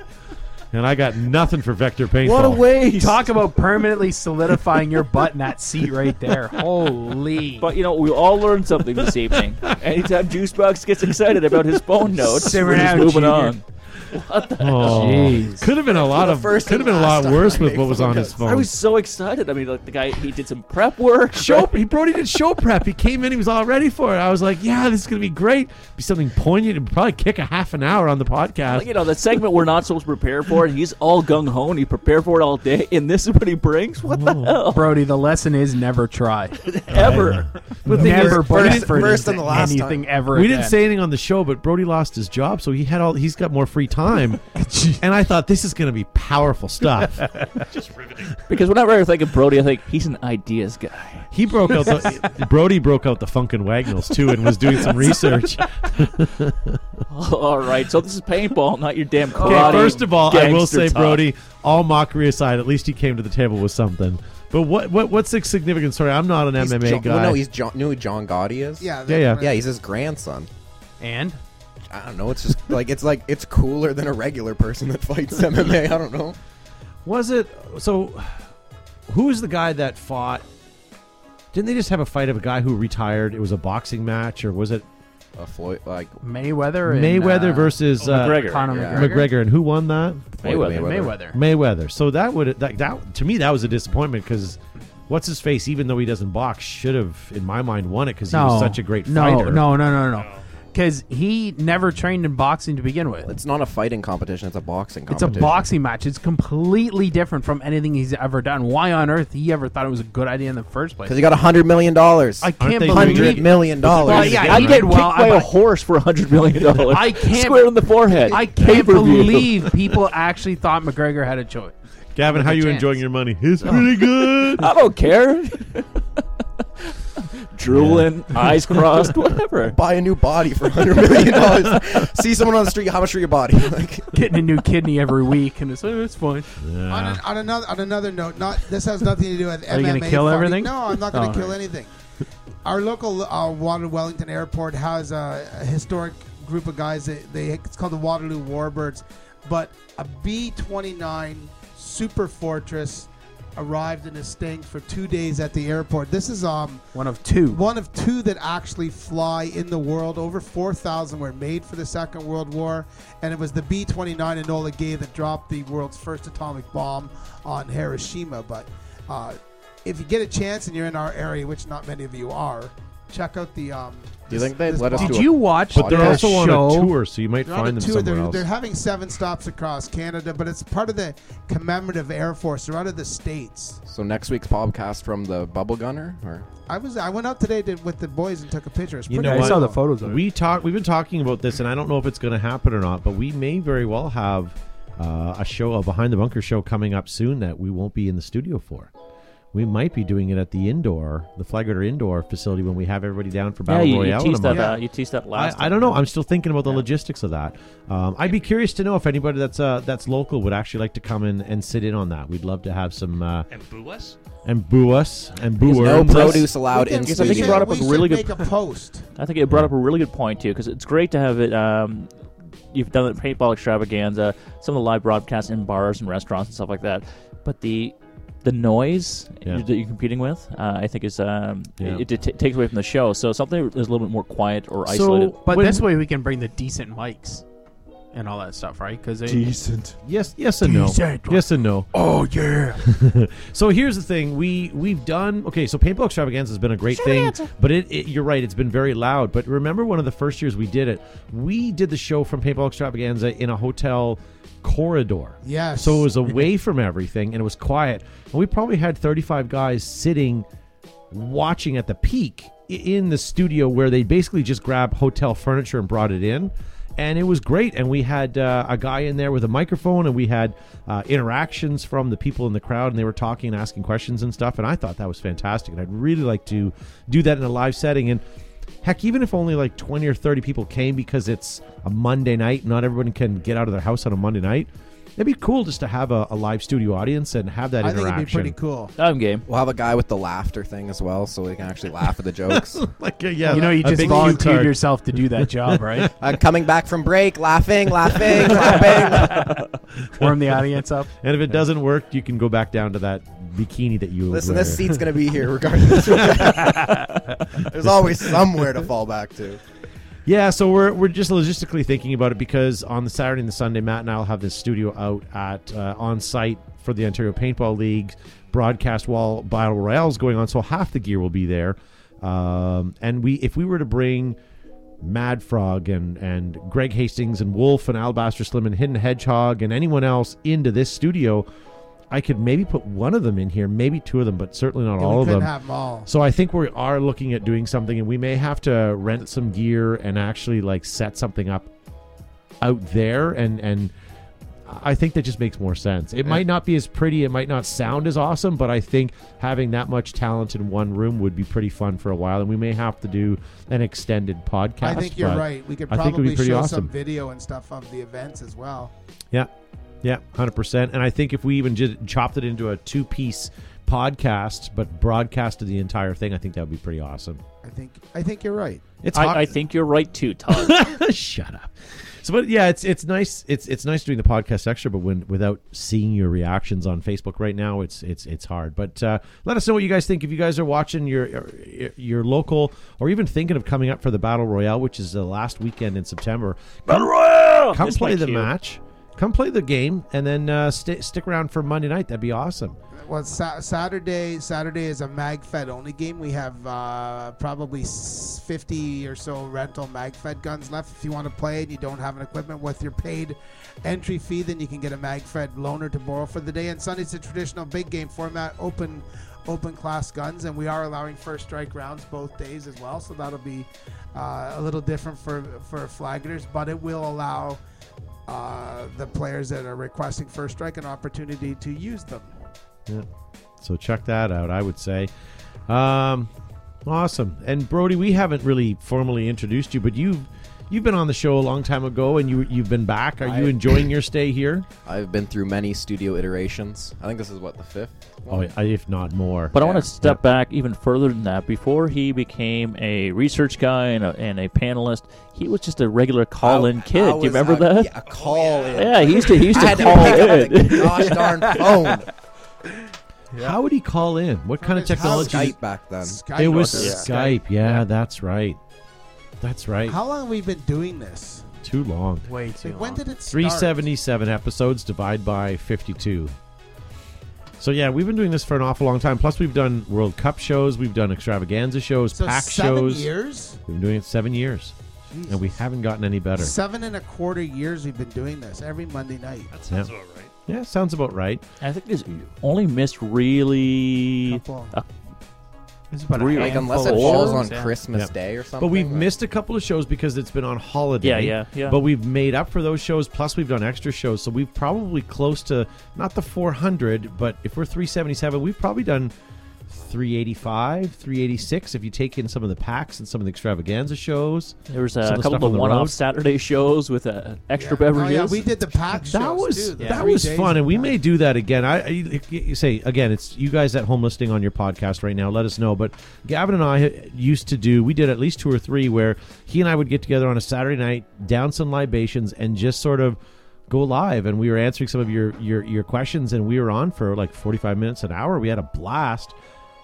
A: and I got nothing for Vector Paintball.
E: What a waste.
C: Talk about permanently solidifying your butt in that seat right there. Holy.
E: But you know, we all learned something this evening. Anytime Juicebox gets excited about his phone notes,
C: Simmer
E: we're just
C: down,
E: moving
C: Junior.
E: on.
C: Jeez.
A: Could have been a lot
F: the
A: of
F: first
A: could have been
F: and
A: a
F: last
A: lot
F: time
A: worse
F: I
A: with
F: make
A: what was on
F: fun
A: his
F: of.
A: phone.
E: I was so excited. I mean, like the guy, he did some prep work.
A: show he Brody did show prep. He came in, he was all ready for it. I was like, yeah, this is gonna be great. Be something poignant and probably kick a half an hour on the
E: Like,
A: podcast.
E: you know, the segment we're not supposed to prepare for, and he's all gung ho and he prepared for it all day, and this is what he brings? What the hell?
C: Brody, the lesson is never try.
E: Ever.
A: But the thing
C: never
A: is,
C: burst
A: we didn't,
C: for
F: first and
C: anything-
F: the last time.
C: anything ever.
A: we didn't
C: again.
A: say anything on the show, but Brody lost his job, so he had all he's got more free time. and I thought this is gonna be powerful stuff.
G: Just riveting.
E: Because whenever I think of Brody, I think he's an ideas guy.
A: He broke out the Brody broke out the Funkin' Wagnalls too and was doing some research.
E: all right, so this is paintball, not your damn
A: Okay,
E: karate.
A: first of all, I will say,
E: gangster talk.
A: Brody, all mockery aside, at least he came to the table with something. But what, what what's the significant story? I'm not an
F: He's
A: MMA
F: John,
A: guy.
F: Well, no, he's John. You know who John Gotti is?
D: Yeah, that-
A: Yeah, yeah.
F: Yeah, he's his grandson.
C: And
F: I don't know. It's just like it's like it's cooler than a regular person that fights MMA. I don't know.
A: was it so? Who is the guy that fought? Didn't they just have a fight of a guy who retired? It was a boxing match, or was it
F: A Floyd like
C: Mayweather. And,
A: Mayweather
C: uh,
A: versus
E: oh,
A: uh,
E: McGregor.
C: Conor
F: Yeah.
A: McGregor?
C: McGregor.
A: and who won that?
F: Floyd
E: Mayweather.
C: Mayweather.
A: Mayweather. So that would that, that to me that was a disappointment because what's his face? Even though he doesn't box, should have in my mind won it because he was such a great
C: no,
A: fighter.
C: No, no, no, no, because he never trained in boxing to begin with.
F: It's not a fighting competition. It's a boxing
C: It's a
F: competition.
C: boxing match. It's completely different from anything he's ever done. Why on earth he ever thought it was a good idea in the first place?
F: Because he got a hundred million dollars.
C: I can't
A: they
F: Hundred
C: believe.
F: million dollars.
C: Well, yeah,
E: I
C: he
E: get
C: did well.
E: kicked by a
C: I-
E: horse for $100 million.
C: I can't-
E: Square in the forehead.
C: I can't
E: Pay-per-view.
C: believe people actually thought McGregor had a choice.
A: Gavin, how
C: a
A: you
C: chance.
A: enjoying your money? It's
E: Oh.
A: pretty good.
E: I don't care. Drooling, eyes crossed, whatever.
F: buy a new body for hundred million dollars. See someone on the street. How much for your body? Like,
C: Getting a new kidney every week, and it's, oh, it's fine.
D: On, an, on another on another note, not this has nothing to do with
C: Are
D: MMA.
C: you gonna kill
D: fighting.
C: everything?
D: No, I'm not going
C: Oh,
D: to kill
C: right.
D: anything. Our local uh, Waterloo Wellington Airport has a, a historic group of guys. That they it's called the Waterloo Warbirds, but a B-29 Super Fortress arrived in a sting for two days at the airport. This is um
C: One of two.
D: one of two that actually fly in the world. Over 4,000 were made for the Second World War, and it was the B 29 Enola Gay that dropped the world's first atomic bomb on Hiroshima. But uh, if you get a chance and you're in our area, which not many of you are, check out the. Um,
F: Do you
D: this-
F: think they'd
D: this
F: let us
D: bomb.
F: do
C: Did
F: a-
C: you watch?
A: But they're
C: their
A: also on
C: show?
A: a tour, so you might
D: They're on
A: find
D: a
A: them
D: tour.
A: somewhere
D: They're,
A: else.
D: they're having seven stops across Canada, but it's part of the commemorative Air Force. They're out of the states.
F: so next week's podcast from the Bubble Gunner, or
D: I was I went out today to, with the boys and took a picture. It's
A: You
D: pretty
A: know
C: I
A: what?
C: saw
D: cool.
C: the photos. Of it.
A: we talk. We've been talking about this, and I don't know if it's going to happen or not. But we may very well have uh, a show, a behind the bunker show, coming up soon that we won't be in the studio for. We might be doing it at the indoor, the Flagger Indoor facility, when we have everybody down for
E: Yeah,
A: Battle
E: you, you
A: Royale. in a
E: teased that.
A: month.
E: Uh, you teased that
A: I,
E: last.
A: I don't know. I'm still thinking about the logistics of that. Um, I'd be curious to know if anybody that's uh, that's local would actually like to come in and sit in on that. We'd love to have some uh,
G: And boo us?
A: and boo us and boo
F: no
A: earns us.
F: produce allowed
D: We can-
F: in
D: we
E: I think you
D: should-
E: brought
F: studio.
E: up a
D: we should
E: really good-
D: make a post.
E: I think it brought up a really good point too, because it's great to have it. Um, you've done the paintball extravaganza, some of the live broadcasts in bars and restaurants and stuff like that. But the the noise
A: Yeah.
E: that you're competing with, uh, I think, is um,
A: Yeah.
E: it, it t- takes away from the show. So something is a little bit more quiet or isolated.
C: But
A: When-
C: this way we can bring the decent mics and all that stuff, right? Because
A: Yes, yes and no. Yes and no. Oh yeah. so here's the thing: we we've done okay. So paintball extravaganza has been a great thing, but it, it you're right; it's been very loud. But remember, one of the first years we did it, we did the show from paintball extravaganza in a hotel corridor.
D: Yes.
A: So it was away from everything, and it was quiet. And we probably had 35 guys sitting, watching at the peak i- in the studio where they basically just grabbed hotel furniture and brought it in. And it was great. And we had uh, a guy in there with a microphone, and we had uh, interactions from the people in the crowd, and they were talking and asking questions and stuff. And I thought that was fantastic. And I'd really like to do that in a live setting. And heck, even if only like 20 or 30 people came because it's a Monday night, not everyone can get out of their house on a Monday night. It'd be cool just to have a, a live studio audience and have that
D: I think
A: interaction.
D: it'd be pretty cool.
E: I'm game.
F: We'll have a guy with the laughter thing as well, so we can actually laugh at the jokes.
A: like, uh, yeah,
C: you know, you
A: a
C: just
A: big cue
C: volunteered
A: card.
C: yourself to do that job, right?
F: Uh, coming back from break, laughing, laughing, laughing.
C: Warm the audience up.
A: And if it doesn't work, you can go back down to that bikini that you
F: Listen,
A: wear.
F: this seat's gonna be here regardless. There's always somewhere to fall back to.
A: Yeah, so we're, we're just logistically thinking about it because on the Saturday and the Sunday, Matt and I will have this studio out at uh, on site for the Ontario Paintball League broadcast while Battle Royale is going on. So half the gear will be there, um, and we if we were to bring Mad Frog and and Greg Hastings and Wolf and Alabaster Slim and Hidden Hedgehog and anyone else into this studio, I could maybe put one of them in here, maybe two of them, but certainly not
D: Yeah,
A: all
D: we
A: of
D: couldn't
A: them.
D: have 'em all.
A: So I think we are looking at doing something, and we may have to rent some gear and actually like set something up out there, and and I think that just makes more sense. It might not be as pretty, it might not sound as awesome, but I think having that much talent in one room would be pretty fun for a while, and we may have to do an extended podcast.
D: I think you're
A: but-
D: right. We could
A: I think it'd be
D: probably
A: pretty
D: show
A: awesome.
D: some video and stuff of the events as well.
A: Yeah. Yeah, 100%. And I think if we even just chopped it into a two piece podcast, but broadcasted the entire thing, I think that would be pretty awesome.
D: I think I think you're right.
A: It's hot-
E: I, I think you're right too, Todd.
A: Shut up. So, but yeah, it's it's nice. It's it's nice doing the podcast extra, but when without seeing your reactions on Facebook right now, it's it's it's hard. But uh, let us know what you guys think. If you guys are watching your your- your local or even thinking of coming up for the battle royale, which is the last weekend in September,
E: Battle Royale!
A: come
E: That's my
A: play the
E: cue.
A: match, come play the game, and then uh, sti stick around for Monday night. That'd be awesome.
D: Well, sa- Saturday Saturday is a MagFed only game. We have uh, probably s- 50 or so rental MagFed guns left. If you want to play and you don't have an equipment with your paid entry fee, then you can get a MagFed loaner to borrow for the day. And Sunday's a traditional big game format, open open class guns, and we are allowing first strike rounds both days as well. So that'll be uh, a little different for for flaggers, but it will allow. Uh, the players that are requesting first strike an opportunity to use them.
A: So check that out. I would say. Um, awesome. And Brody, we haven't really formally introduced you, but you've you've been on the show a long time ago, and you you've been back. Are you
F: I-
A: enjoying your stay here?
F: I've been through many studio iterations. I think this is what the fifth.
A: Oh, yeah, if not more.
E: But I want to step back even further than that. Before he became a research guy and a, and a panelist, he was just a regular call-in
F: I-
E: kid.
F: I
E: Do you
F: was
E: remember
F: a-
E: that?
F: Yeah, a call in.
E: Yeah, he used to he used
F: I
E: to
F: had to
E: call
F: pick up
E: in.
F: the gosh darn phone.
A: How would he call in? What kind of
D: his house.
A: technology?
F: Skype back then.
D: Skype
A: It was
D: or
A: Skype. Yeah, that's right. That's right.
D: How long have we been doing this?
A: Too long.
C: Way too.
D: Like, when
C: long.
D: did it start?
A: 377 episodes divide by 52. So yeah, we've been doing this for an awful long time. Plus, we've done World Cup shows, we've done extravaganza shows,
D: So
A: pack
D: seven
A: shows.
D: years,
A: We've been doing it seven years, and we haven't gotten any better.
D: seven and a quarter years we've been doing this every Monday night.
G: That sounds about right.
A: Yeah, sounds about right.
E: I think this only missed really.
D: Couple.
E: Uh,
C: It's about a
E: Really?
F: Like
C: handful
F: unless
C: of
F: it falls on
C: shows, yeah.
F: Christmas
A: Yep.
F: Day or something.
A: But we've
F: like-
A: missed a couple of shows because it's been on holiday.
E: Yeah, yeah, yeah.
A: But we've made up for those shows. Plus, we've done extra shows, so we've probably close to not the 400, but if we're 377, we've probably done 385, 386. If you take in some of the packs and some of the extravaganza shows,
E: There was
A: Some
E: a
A: of the stuff
E: couple
A: on
E: of
A: the
E: one-off
A: road.
E: Saturday shows with uh, extra
D: Oh,
E: beverages.
D: yeah, we did the pack shows
A: that was
D: too, the
A: that
D: three
A: was
D: days
A: fun,
D: of
A: and we
D: pack.
A: may do that again. I, I you- you say again, it's you guys at home listening on your podcast right now. Let us know. But Gavin and I used to do. We did at least two or three where he and I would get together on a Saturday night, down some libations, and just sort of go live. And we were answering some of your your your questions, and we were on for like forty five minutes, an hour. We had a blast.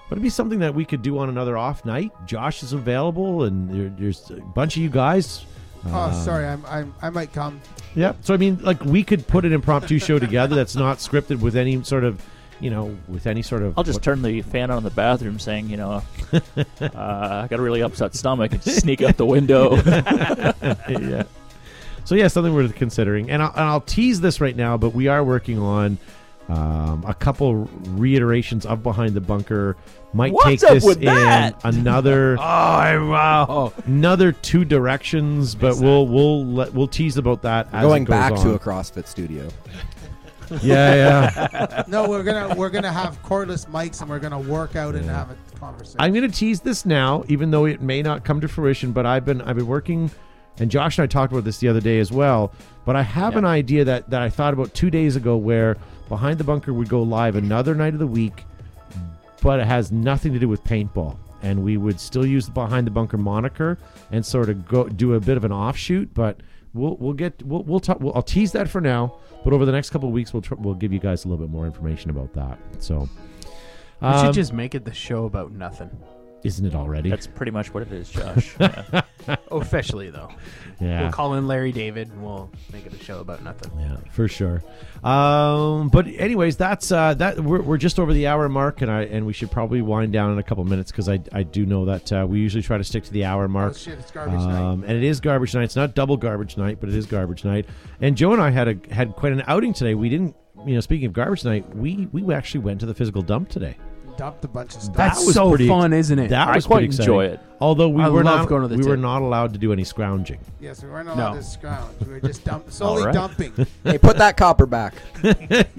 A: But it'd be something that we could do on another off night. Josh is available, and there, there's a bunch of you guys.
D: Oh, sorry, I'm, I'm I might come.
A: Yeah. So I mean, like we could put an impromptu show together that's not scripted with any sort of, you know, with any sort of.
E: I'll just turn the fan on in the bathroom, saying, you know, uh, I got a really upset stomach, and sneak out the window.
A: yeah. So yeah, something we're considering, and I'll, and I'll tease this right now, but we are working on um, a couple reiterations of Behind the Bunker. Might
E: What's
A: take
E: up
A: this
E: with
A: in
E: that?
A: another
C: Oh I- wow!
A: another two directions, but we'll we'll let, we'll tease about that as it
F: Going
A: goes
F: back
A: on.
F: to a CrossFit studio.
A: yeah yeah.
D: No, we're gonna we're gonna have cordless mics and we're gonna work out and have a conversation.
A: I'm going to tease this now, even though it may not come to fruition. But I've been I've been working, and Josh and I talked about this the other day as well. But I have an idea that that I thought about two days ago, where behind the bunker would go live another night of the week, but it has nothing to do with paintball, and we would still use the behind the bunker moniker and sort of go do a bit of an offshoot, but. We'll, we'll get we'll we'll, talk, we'll I'll tease that for now, but over the next couple of weeks we'll tr- we'll give you guys a little bit more information about that. So,
C: we
A: um,
C: should just make it the show about nothing.
A: isn't it already?
E: That's pretty much what it is, Josh. Yeah.
C: Officially, though.
A: Yeah.
C: We'll call in Larry David and we'll make it a show about nothing.
A: Yeah, for sure. Um, but anyways, that's uh, that. We're, we're just over the hour mark, and I and we should probably wind down in a couple minutes because I, I do know that uh, we usually try to stick to the hour mark.
D: Oh, shit, it's garbage night.
A: um, and it is garbage night. It's not double garbage night, but it is garbage night. And Joe and I had a had quite an outing today. We didn't, you know, speaking of garbage night, we we actually went to the physical dump today.
D: Dumped a bunch of stuff.
A: That was
C: so
A: pretty-
C: fun, isn't it?
A: That
E: I
A: was
E: quite
A: pretty exciting.
E: enjoy it.
A: Although we
C: I
A: were
C: love
A: not
C: going to the
A: we were
C: tip.
A: not allowed to do any scrounging.
D: yes, we weren't allowed
C: No.
D: to scrounge. We were just dump- solely
E: right.
D: dumping.
F: Hey, put that copper back.
A: It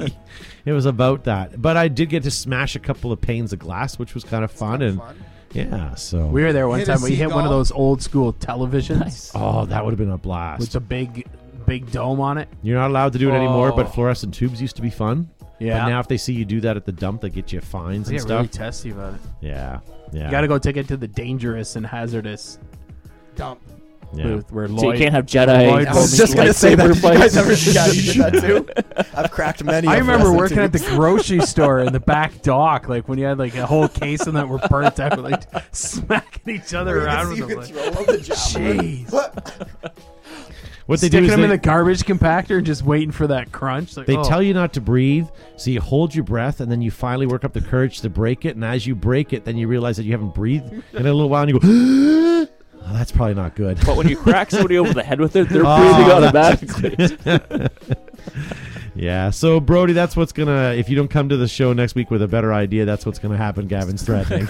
A: was about that. But I did get to smash a couple of panes of glass, which was kind of fun. And
D: Fun.
A: yeah, so
C: We were there one
D: Hit a
C: time. We hit one of
D: seagull.
C: those old school televisions
A: Oh, that would have been a
C: with
A: blast.
C: the big, big dome on it.
A: You're not allowed to do it anymore,
C: Oh.
A: but fluorescent tubes used to be fun.
C: Yeah.
A: But now if they see you do that at the dump, they get you fines
C: They
A: and
C: get
A: stuff.
C: really testy about it.
A: yeah. Yeah.
C: You got to go take it to the dangerous and hazardous
D: Dump.
A: Yeah.
C: booth where Lloyd.
E: So you can't have Jedi.
C: Lloyd
F: I was
C: Well,
F: just
C: me-
F: gonna say that. Did you
E: lightsaber
F: guys
E: fights.
F: ever yeah, you did that too? I've cracked many.
C: I
F: of
C: remember
F: those
C: working at the
F: tubes.
C: grocery store in the back dock, like when you had like a whole case and that were burnt out, like smacking each other around with
F: You
C: them.
F: could
C: like,
F: throw them to javelin.
C: Jeez.
A: What they do
C: Sticking
A: is
C: them
A: they,
C: in the garbage compactor and just waiting for that crunch. Like,
A: they
C: oh.
A: tell you not to breathe, so you hold your breath, and then you finally work up the courage to break it. And as you break it, then you realize that you haven't breathed in a little while, and you go, oh, that's probably not good.
E: But when you crack somebody over the head with it, they're
A: Oh,
E: breathing
A: that's-
E: automatically.
A: Yeah, so Brody, that's what's gonna. If you don't come to the show next week with a better idea, that's what's gonna happen. Gavin's threatening.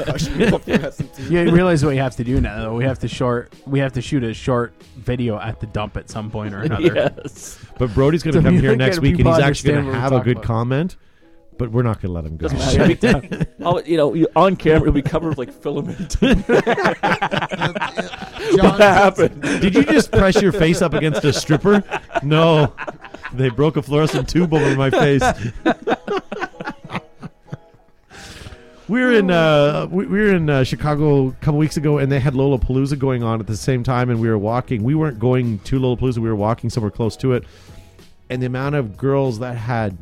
C: You realize what we have to do now, though. We have to short. We have to shoot a short video at the dump at some point or another.
E: yes.
A: but Brody's gonna
C: So
A: come
C: you
A: here
C: think
A: next
C: that
A: week, and
C: people
A: he's actually
C: understand
A: gonna
C: what we're
A: have a
C: talking
A: good
C: about.
A: comment. But we're not gonna let him go.
E: Doesn't matter. It'll be- Oh, you know, you- on camera, it'll be covered with like filament.
D: John,
E: happened?
A: Did you just press your face up against a stripper? No, they broke a fluorescent tube over my face. We're in uh, we we were in uh, Chicago a couple weeks ago, and they had Lollapalooza going on at the same time, and we were walking. We weren't going to Lollapalooza; we were walking somewhere close to it. And the amount of girls that had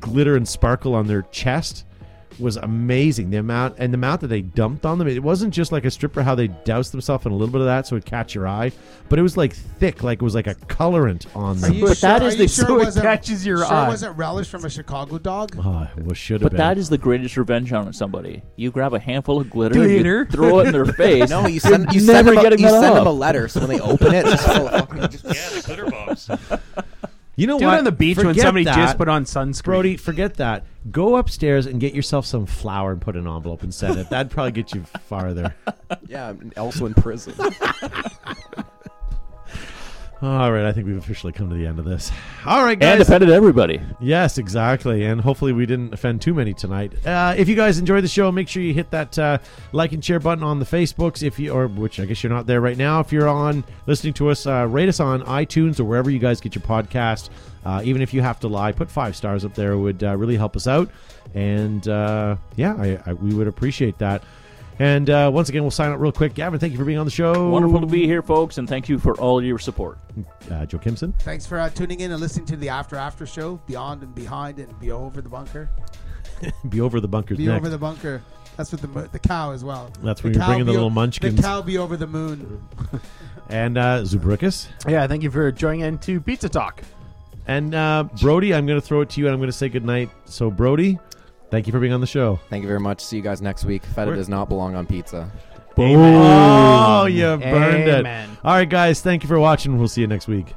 A: glitter and sparkle on their chest was amazing. The amount and the amount that they dumped on them, it wasn't just like a stripper how they doused themselves in a little bit of that so it would catch your eye, but it was like thick, like it was like a colorant on
D: Are
A: them.
D: you
E: But
D: sure,
E: that
D: are
E: is
D: you
E: the-
D: sure
E: so it
D: wasn't-
C: catches your
D: sure
C: eye.
D: wasn't relish from a Chicago dog?
A: Oh, well, should have
E: But
A: been.
E: that is the greatest revenge on somebody. You grab a handful of glitter, and
C: Glitter?
E: you throw it in their face.
F: No, you send you
E: You're
F: send
E: never
F: them a,
E: getting
F: you
E: that
F: send them
E: off.
F: a letter, so when they open it, it's just full of fucking. Just,
G: Yeah, the glitter bombs.
A: you know
C: Do
A: what?
C: it on the beach when
A: Forget
C: somebody
A: that.
C: just put on sunscreen.
A: Brody, forget that. Go upstairs and get yourself some flour and put an envelope and send it. That'd probably get you farther.
F: yeah, I'm also in prison.
A: All right, I think we've officially come to the end of this. All right, guys.
E: and offended everybody.
A: Yes, exactly. And hopefully, we didn't offend too many tonight. Uh, if you guys enjoyed the show, make sure you hit that uh, like and share button on the Facebooks. If you, or which I guess you're not there right now. If you're on listening to us, uh, rate us on iTunes or wherever you guys get your podcast. Uh, even if you have to lie, put five stars up there It would uh, really help us out. And uh, yeah, I, I, we would appreciate that. And uh, once again, we'll sign up real quick. Gavin, thank you for being on the show.
E: Wonderful to be here, folks, and thank you for all your support.
A: Uh, Joe Kimson.
D: Thanks for uh, tuning in and listening to the After After Show, Beyond and Behind and Be Over the Bunker.
A: Be over the bunkers
D: Be
A: next.
D: Over the Bunker. That's with the mo- the cow as well.
A: That's
D: the
A: when you're
D: cow
A: bringing the
D: be o-
A: little munchkins.
D: The cow be over the moon.
A: and uh, Zubrickus.
C: Yeah, thank you for joining in to Pizza Talk.
A: And uh, Brody, I'm going to throw it to you, and I'm going to say goodnight. So, Brody, thank you for being on the show.
F: Thank you very much. See you guys next week. Feta
A: Where-
F: does not belong on pizza.
A: Oh, you burned
C: Amen.
A: it. All right, guys, thank you for watching. We'll see you next week.